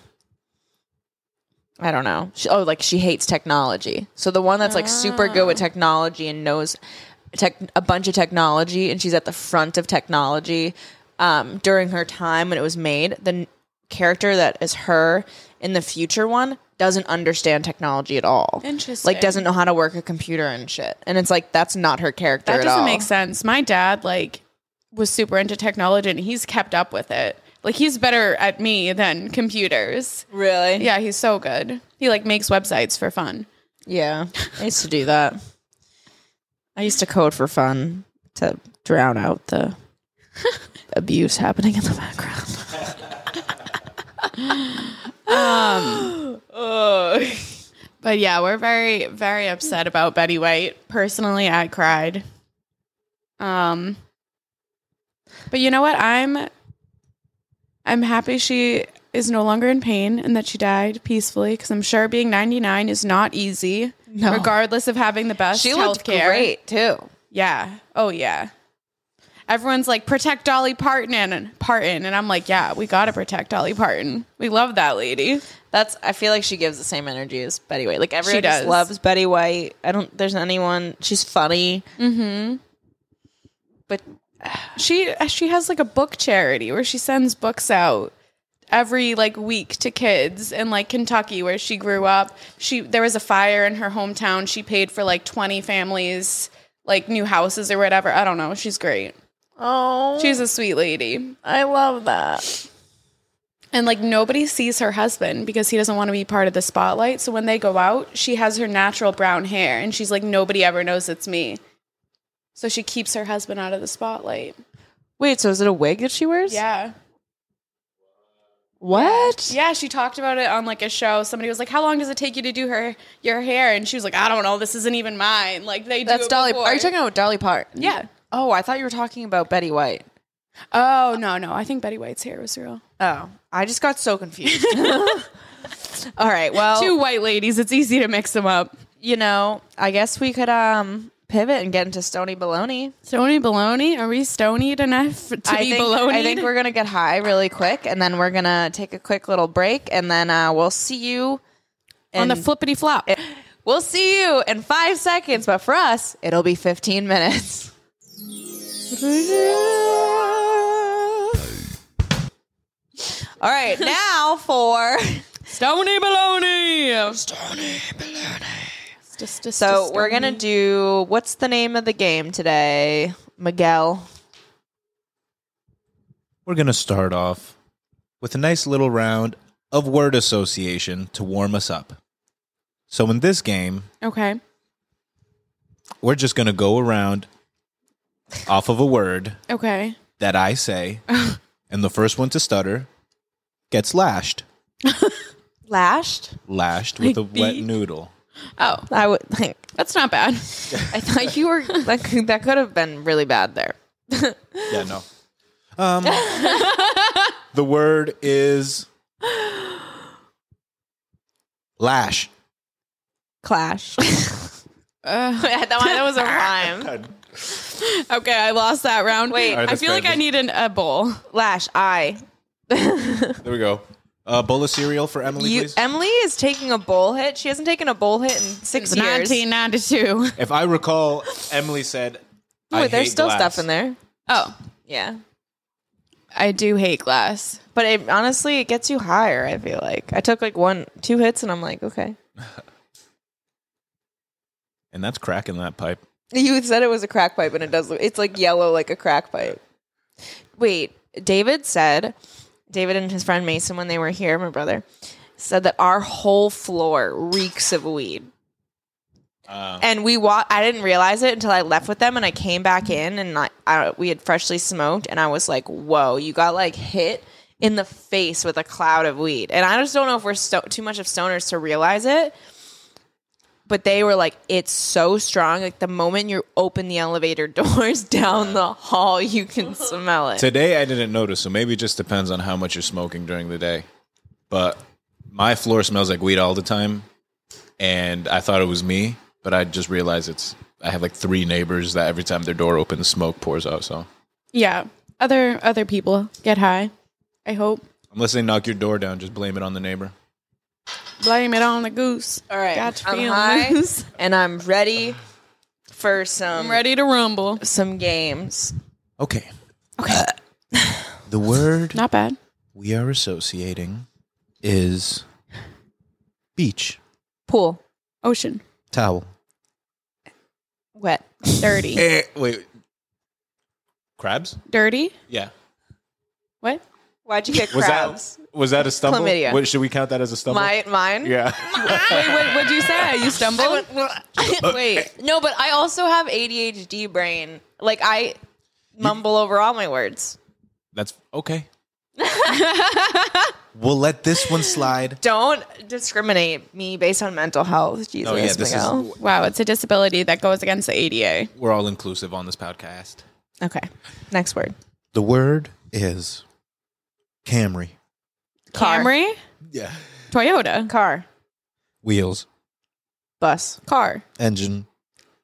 [SPEAKER 3] I don't know. She, oh, like she hates technology. So the one that's like super good with technology and knows tech, a bunch of technology and she's at the front of technology um, during her time when it was made, the n- character that is her in the future one doesn't understand technology at all.
[SPEAKER 2] Interesting.
[SPEAKER 3] Like doesn't know how to work a computer and shit. And it's like that's not her character
[SPEAKER 2] That
[SPEAKER 3] at
[SPEAKER 2] doesn't
[SPEAKER 3] all.
[SPEAKER 2] make sense. My dad like was super into technology and he's kept up with it. Like he's better at me than computers.
[SPEAKER 3] Really?
[SPEAKER 2] Yeah, he's so good. He like makes websites for fun.
[SPEAKER 3] Yeah, I used to do that. I used to code for fun to drown out the abuse happening in the background.
[SPEAKER 2] But yeah, we're very very upset about Betty White. Personally, I cried. Um But you know what? I'm I'm happy she is no longer in pain and that she died peacefully cuz I'm sure being 99 is not easy
[SPEAKER 3] No.
[SPEAKER 2] regardless of having the best
[SPEAKER 3] She
[SPEAKER 2] health
[SPEAKER 3] looked great too.
[SPEAKER 2] Yeah. Oh yeah. Everyone's like protect Dolly Parton and Parton and I'm like, yeah, we got to protect Dolly Parton. We love that lady.
[SPEAKER 3] That's I feel like she gives the same energy as Betty White. Like everyone
[SPEAKER 2] She
[SPEAKER 3] just
[SPEAKER 2] does.
[SPEAKER 3] loves Betty White. I don't. There's anyone. She's funny. Mm-hmm. But
[SPEAKER 2] she she has like a book charity where she sends books out every like week to kids in like Kentucky where she grew up. She there was a fire in her hometown. She paid for like 20 families like new houses or whatever. I don't know. She's great.
[SPEAKER 3] oh,
[SPEAKER 2] She's a sweet lady.
[SPEAKER 3] I love that.
[SPEAKER 2] And like nobody sees her husband because he doesn't want to be part of the spotlight. So when they go out, she has her natural brown hair and she's like nobody ever knows it's me. So she keeps her husband out of the spotlight.
[SPEAKER 3] Wait, so is it a wig that she wears?
[SPEAKER 2] Yeah.
[SPEAKER 1] What?
[SPEAKER 2] Yeah, she talked about it on like a show. Somebody was like, "How long does it take you to do her your hair?" And she was like, "I don't know. This isn't even mine." Like they do.
[SPEAKER 3] That's
[SPEAKER 2] it
[SPEAKER 3] Dolly.
[SPEAKER 2] before.
[SPEAKER 3] Are you talking about Dolly Parton?
[SPEAKER 2] Yeah.
[SPEAKER 3] Oh, I thought you were talking about Betty White.
[SPEAKER 2] Oh no, no. I think Betty White's hair was real.
[SPEAKER 3] Oh, I just got so confused. All right. Well,
[SPEAKER 2] Two white ladies. It's easy to mix them up.
[SPEAKER 3] you know, I guess we could um pivot and get into Stony Baloney.
[SPEAKER 2] Stony baloney. Are we stonied enough to
[SPEAKER 3] I
[SPEAKER 2] be
[SPEAKER 3] think,
[SPEAKER 2] baloney?
[SPEAKER 3] I think we're gonna get high really quick, and then we're gonna take a quick little break, and then uh, we'll see you
[SPEAKER 2] on the
[SPEAKER 3] in-
[SPEAKER 2] flippity flop.
[SPEAKER 3] We'll see you in five seconds, but for us, it'll be 15 minutes. All right, now for
[SPEAKER 2] Stony baloney.
[SPEAKER 3] so we're gonna do what's the name of the game today, Miguel?
[SPEAKER 4] We're going to start off with a nice little round of word association to warm us up. So, in this game,
[SPEAKER 2] Okay.
[SPEAKER 4] we're just going to go around off of a word
[SPEAKER 2] Okay.
[SPEAKER 4] that I say, and the first one to stutter gets lashed.
[SPEAKER 3] Lashed.
[SPEAKER 4] Lashed with a
[SPEAKER 2] Like
[SPEAKER 4] wet
[SPEAKER 2] beat?
[SPEAKER 4] noodle.
[SPEAKER 2] Oh,
[SPEAKER 3] I would think.
[SPEAKER 2] that's not bad.
[SPEAKER 3] I thought you were like that could have been really bad there.
[SPEAKER 4] Yeah, no. Um, the word is lash.
[SPEAKER 3] Clash. that, one, that was a rhyme.
[SPEAKER 2] Uh, Okay, I lost that round. Wait,
[SPEAKER 4] right,
[SPEAKER 2] I
[SPEAKER 4] that's
[SPEAKER 2] feel like I
[SPEAKER 4] terrible.
[SPEAKER 2] need an, a bowl.
[SPEAKER 3] Lash. I.
[SPEAKER 4] There we go. A Uh, bowl of cereal for Emily,
[SPEAKER 3] You,
[SPEAKER 4] please.
[SPEAKER 3] Emily is taking a bowl hit. She hasn't taken a bowl hit in six years.
[SPEAKER 2] 1992.
[SPEAKER 4] if I recall, Emily said, I
[SPEAKER 3] Wait, there's
[SPEAKER 4] hate
[SPEAKER 3] still
[SPEAKER 4] glass.
[SPEAKER 3] stuff in there.
[SPEAKER 2] Oh,
[SPEAKER 3] Yeah.
[SPEAKER 2] I do hate glass.
[SPEAKER 3] But it, honestly, it gets you higher, I feel like. I took like one, two hits and I'm like, okay.
[SPEAKER 4] And that's cracking that pipe.
[SPEAKER 3] You said it was a crack pipe and it does look, it's like yellow like a crack pipe. Wait, David said, David and his friend Mason, when they were here, my brother, said that our whole floor reeks of weed.
[SPEAKER 4] Uh,
[SPEAKER 3] and we wa- I didn't realize it until I left with them, and I came back in, and I, I we had freshly smoked, and I was like, "Whoa, you got like hit in the face with a cloud of weed." And I just don't know if we're sto- too much of stoners to realize it, but they were like, "It's so strong. Like the moment you open the elevator doors down the hall, you can smell it."
[SPEAKER 4] Today I didn't notice, so maybe it just depends on how much you're smoking during the day. But my floor smells like weed all the time, and I thought it was me, but I just realized it's I have like three neighbors that every time their door opens, smoke pours out. So
[SPEAKER 2] Yeah. Other other people get high. I hope.
[SPEAKER 4] unless they knock your door down, just blame it on the neighbor.
[SPEAKER 2] Blame it on the goose.
[SPEAKER 3] All right,
[SPEAKER 2] Got your
[SPEAKER 3] I'm high,
[SPEAKER 2] feelings.
[SPEAKER 3] and I'm ready for some
[SPEAKER 2] I'm ready to rumble.
[SPEAKER 3] some games.
[SPEAKER 4] Okay. Okay. the word
[SPEAKER 2] Not bad.
[SPEAKER 4] we are associating is beach
[SPEAKER 3] Pool,
[SPEAKER 2] Ocean.
[SPEAKER 4] towel.
[SPEAKER 3] wet.
[SPEAKER 2] Dirty.
[SPEAKER 4] Eh, wait. Crabs?
[SPEAKER 2] Dirty?
[SPEAKER 4] Yeah.
[SPEAKER 2] What?
[SPEAKER 3] Why'd you get
[SPEAKER 4] Was
[SPEAKER 3] crabs?
[SPEAKER 4] that was that a stumble?
[SPEAKER 3] Chlamydia.
[SPEAKER 4] What, should we count that as a stumble?
[SPEAKER 3] My, mine.
[SPEAKER 4] yeah.
[SPEAKER 2] Wait, what what'd you say? You
[SPEAKER 3] I
[SPEAKER 2] stumbled?
[SPEAKER 3] went- Wait, no, but I also have ADHD brain. Like I mumble over all my words.
[SPEAKER 4] That's okay. we'll let this one slide.
[SPEAKER 3] Don't discriminate me based on mental health. Jesus,
[SPEAKER 4] Oh yeah, this
[SPEAKER 3] Miguel.
[SPEAKER 4] is
[SPEAKER 2] Wow, it's a disability that goes against the ADA.
[SPEAKER 4] we're all inclusive on this podcast.
[SPEAKER 3] okay. Next word.
[SPEAKER 4] The word is Camry.
[SPEAKER 3] Car.
[SPEAKER 2] Camry?
[SPEAKER 4] Yeah.
[SPEAKER 2] Toyota.
[SPEAKER 3] Car.
[SPEAKER 4] Wheels,
[SPEAKER 3] Bus.
[SPEAKER 2] Car.
[SPEAKER 4] engine.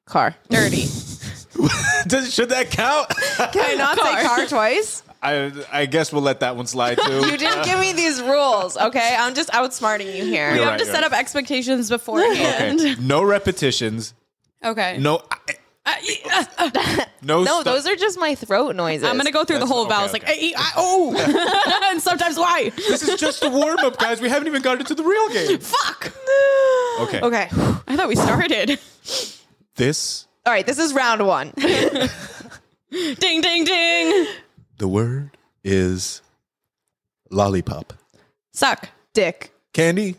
[SPEAKER 3] Car.
[SPEAKER 2] Dirty.
[SPEAKER 4] Does, should that count?
[SPEAKER 3] Can I not say car twice?
[SPEAKER 4] I I guess we'll let that one slide too.
[SPEAKER 3] You didn't give me these rules, okay? I'm just outsmarting you here.
[SPEAKER 2] we
[SPEAKER 4] You're
[SPEAKER 2] have
[SPEAKER 4] right,
[SPEAKER 2] to
[SPEAKER 4] you're
[SPEAKER 2] set
[SPEAKER 4] right.
[SPEAKER 2] up expectations beforehand.
[SPEAKER 4] Okay. No repetitions.
[SPEAKER 2] Okay.
[SPEAKER 4] No.
[SPEAKER 2] I- I-
[SPEAKER 4] No.
[SPEAKER 3] No,
[SPEAKER 4] stu-
[SPEAKER 3] those are just my throat noises.
[SPEAKER 2] I'm gonna go through the
[SPEAKER 4] That's-
[SPEAKER 2] whole
[SPEAKER 4] okay,
[SPEAKER 2] vowels like
[SPEAKER 4] okay.
[SPEAKER 2] A, E, I, O, and sometimes Y.
[SPEAKER 4] This is just a warm up, guys. We haven't even gotten to the real game.
[SPEAKER 2] Fuck.
[SPEAKER 4] Okay.
[SPEAKER 3] Okay. All
[SPEAKER 2] I thought we started.
[SPEAKER 4] This
[SPEAKER 3] right, this is round one.
[SPEAKER 2] Ding, ding, ding.
[SPEAKER 4] the word is lollipop.
[SPEAKER 2] Suck.
[SPEAKER 3] Dick.
[SPEAKER 4] Candy.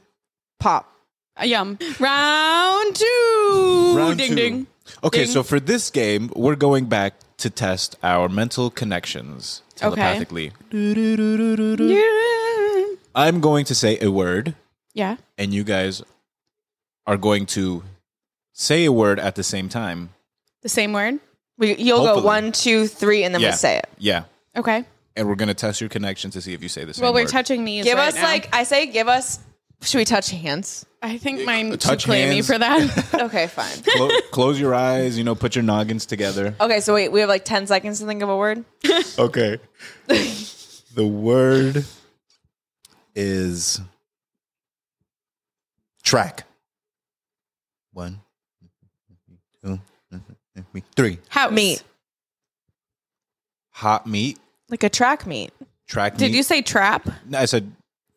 [SPEAKER 3] Pop.
[SPEAKER 2] Uh, Yum. Round two.
[SPEAKER 4] Round
[SPEAKER 2] ding,
[SPEAKER 4] two.
[SPEAKER 2] ding.
[SPEAKER 4] Okay,
[SPEAKER 2] Ding.
[SPEAKER 4] so for this game, we're going back to test our mental connections telepathically. I'm going to say a word,
[SPEAKER 2] Yeah.
[SPEAKER 4] and you guys are going to say a word at the same time.
[SPEAKER 2] The same word.
[SPEAKER 3] We, you'll
[SPEAKER 4] Hopefully.
[SPEAKER 3] go one, two, three, and then
[SPEAKER 4] yeah.
[SPEAKER 3] we'll say it.
[SPEAKER 4] Yeah.
[SPEAKER 2] Okay.
[SPEAKER 4] And we're going to test your connection to see if you say the same
[SPEAKER 2] well, we're
[SPEAKER 4] word.
[SPEAKER 2] touching knees.
[SPEAKER 3] Give
[SPEAKER 2] right
[SPEAKER 3] us
[SPEAKER 2] now.
[SPEAKER 3] like I say, give us. Should we touch hands?
[SPEAKER 2] I think mine's too
[SPEAKER 4] Uh, touch
[SPEAKER 2] clammy
[SPEAKER 4] hands.
[SPEAKER 2] for that.
[SPEAKER 3] Okay, fine.
[SPEAKER 4] Clo- close your eyes, you know, put your noggins together.
[SPEAKER 3] Okay, so wait, we have like ten seconds to think of a word.
[SPEAKER 2] Oh.
[SPEAKER 4] Okay. the word is track. One, two, three.
[SPEAKER 2] House.
[SPEAKER 3] Meat,
[SPEAKER 4] Hot meat.
[SPEAKER 3] like a track meet.
[SPEAKER 4] Track
[SPEAKER 2] Did
[SPEAKER 4] meet.
[SPEAKER 2] you say trap?
[SPEAKER 4] No, I said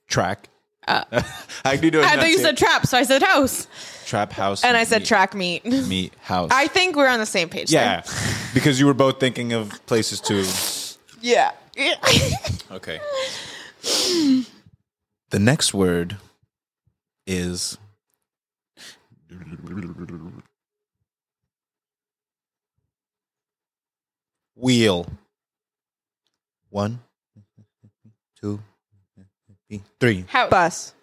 [SPEAKER 4] track. I can do it.
[SPEAKER 2] I thought you said
[SPEAKER 4] trap.
[SPEAKER 2] trap, so I said house.
[SPEAKER 4] Trap house.
[SPEAKER 3] And I said
[SPEAKER 4] meat-
[SPEAKER 3] track meet.
[SPEAKER 4] Meat house.
[SPEAKER 3] I think we're on the same page.
[SPEAKER 4] yeah, because you were both thinking of places to.
[SPEAKER 3] there. yeah.
[SPEAKER 4] Okay. The next word is wheel. One, two, three.
[SPEAKER 2] House.
[SPEAKER 3] Bus.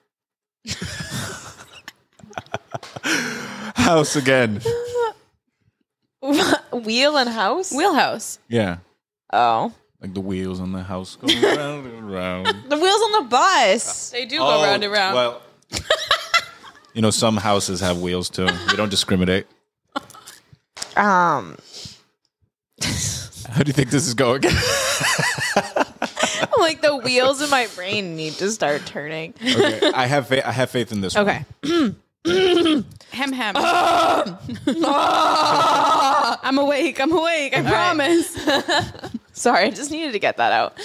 [SPEAKER 4] House again.
[SPEAKER 3] Wheel and house.
[SPEAKER 2] Wheelhouse.
[SPEAKER 4] Yeah.
[SPEAKER 3] Oh,
[SPEAKER 4] Like the wheels on the house go round and round.
[SPEAKER 3] the wheels on the bus.
[SPEAKER 2] They do
[SPEAKER 4] Oh,
[SPEAKER 2] go round and round.
[SPEAKER 4] Well, you know, some houses have wheels too. We don't discriminate.
[SPEAKER 3] Um,
[SPEAKER 4] How do you think this is going?
[SPEAKER 3] like the wheels in my brain need to start turning.
[SPEAKER 4] okay, I have faith. I have faith in this. one.
[SPEAKER 3] Okay.
[SPEAKER 2] Hem hem. I'm awake. I'm awake. I promise.
[SPEAKER 3] Sorry, I just needed to get that out.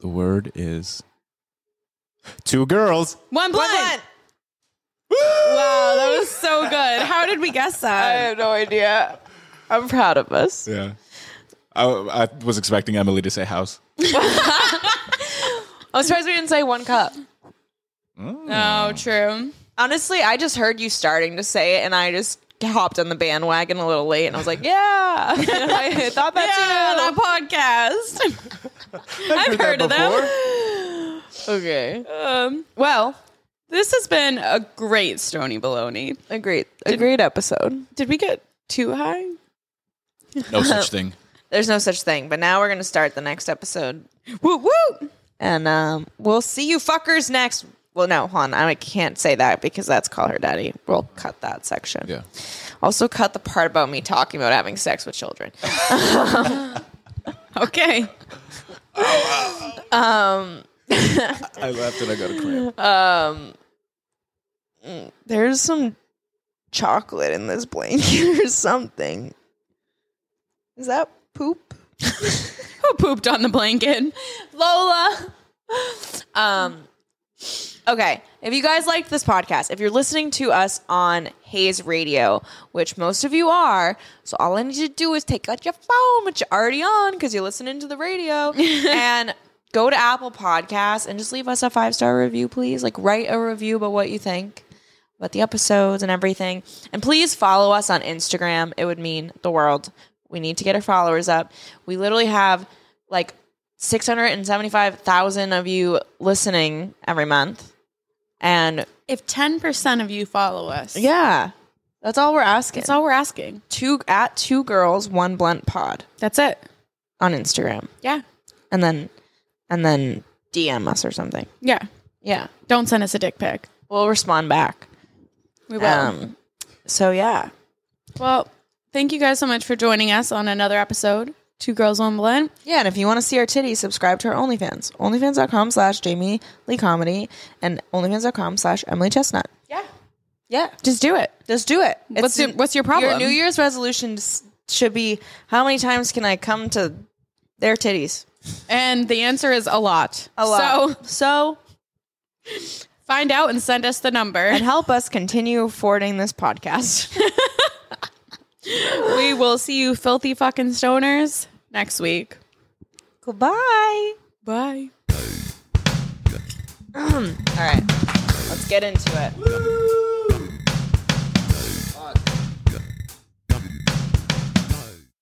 [SPEAKER 4] The word is two girls.
[SPEAKER 3] One.
[SPEAKER 2] One blind. Wow, that was so good. How did we guess
[SPEAKER 3] I
[SPEAKER 2] that?
[SPEAKER 3] have no idea. I'm proud of us.
[SPEAKER 4] Yeah. I, I was expecting Emily to say house.
[SPEAKER 3] I'm surprised we didn't say one cup.
[SPEAKER 2] No, Oh, true.
[SPEAKER 3] Honestly, I just heard you starting to say it, and I just hopped on the bandwagon a little late, and I was like, "Yeah, I thought
[SPEAKER 2] Yeah,
[SPEAKER 3] that
[SPEAKER 2] that podcast. I've heard of them.
[SPEAKER 3] too." Okay,
[SPEAKER 2] Um, well, this has been a great Stony Baloney.
[SPEAKER 3] a great, a great episode.
[SPEAKER 2] Did we get too high?
[SPEAKER 4] No such thing.
[SPEAKER 3] There's no such thing, but now we're gonna start the next episode,
[SPEAKER 2] Woo woo.
[SPEAKER 3] and um, we'll see you fuckers next. Well, no, hon, I can't say that because that's call her daddy. We'll cut that section.
[SPEAKER 4] Yeah.
[SPEAKER 3] Also, cut the part about me talking about having sex with children.
[SPEAKER 2] Okay.
[SPEAKER 4] I laughed and I got a cramp.
[SPEAKER 3] There's some chocolate in this blanket or something. Is that poop?
[SPEAKER 2] Who pooped on the blanket?
[SPEAKER 3] Lola. Um Okay, if you guys liked this podcast, if you're listening to us on Hayes Radio, which most of you are, so all I need you to do is take out your phone, which you're already on because you're listening to the radio, and go to Apple Podcasts and just leave us a five star review, please. Like, write a review about what you think, about the episodes and everything. And please follow us on Instagram. It would mean the world. We need to get our followers up. We literally have like 675,000 of you listening every month. And
[SPEAKER 2] If 10% of you follow us,
[SPEAKER 3] yeah, that's all we're asking.
[SPEAKER 2] that's all we're asking.
[SPEAKER 3] two at two girls, one blunt pod
[SPEAKER 2] That's it.
[SPEAKER 3] on Instagram.
[SPEAKER 2] Yeah.
[SPEAKER 3] And then and then DM us or something.
[SPEAKER 2] Yeah.
[SPEAKER 3] Yeah.
[SPEAKER 2] Don't send us a dick pic.
[SPEAKER 3] We'll respond back.
[SPEAKER 2] We will.
[SPEAKER 3] Um so yeah.
[SPEAKER 2] well, thank you guys so much for joining us on another episode. Two girls, one blend.
[SPEAKER 3] Yeah, and if you want to see our titties, subscribe to our OnlyFans. OnlyFans.com slash Jamie Lee Comedy and OnlyFans.com slash Emily Chestnut.
[SPEAKER 2] Yeah.
[SPEAKER 3] Yeah.
[SPEAKER 2] Just do it.
[SPEAKER 3] Just do it.
[SPEAKER 2] What's your- what's your problem?
[SPEAKER 3] Your New Year's resolution s- should be how many times can I come to their titties?
[SPEAKER 2] And the answer is a lot.
[SPEAKER 3] A lot.
[SPEAKER 2] So
[SPEAKER 3] So, so
[SPEAKER 2] find out and send us the number.
[SPEAKER 3] and help us continue affording this podcast.
[SPEAKER 2] we will see you filthy fucking stoners next week.
[SPEAKER 3] Goodbye.
[SPEAKER 2] Bye.
[SPEAKER 3] All right, let's get into it.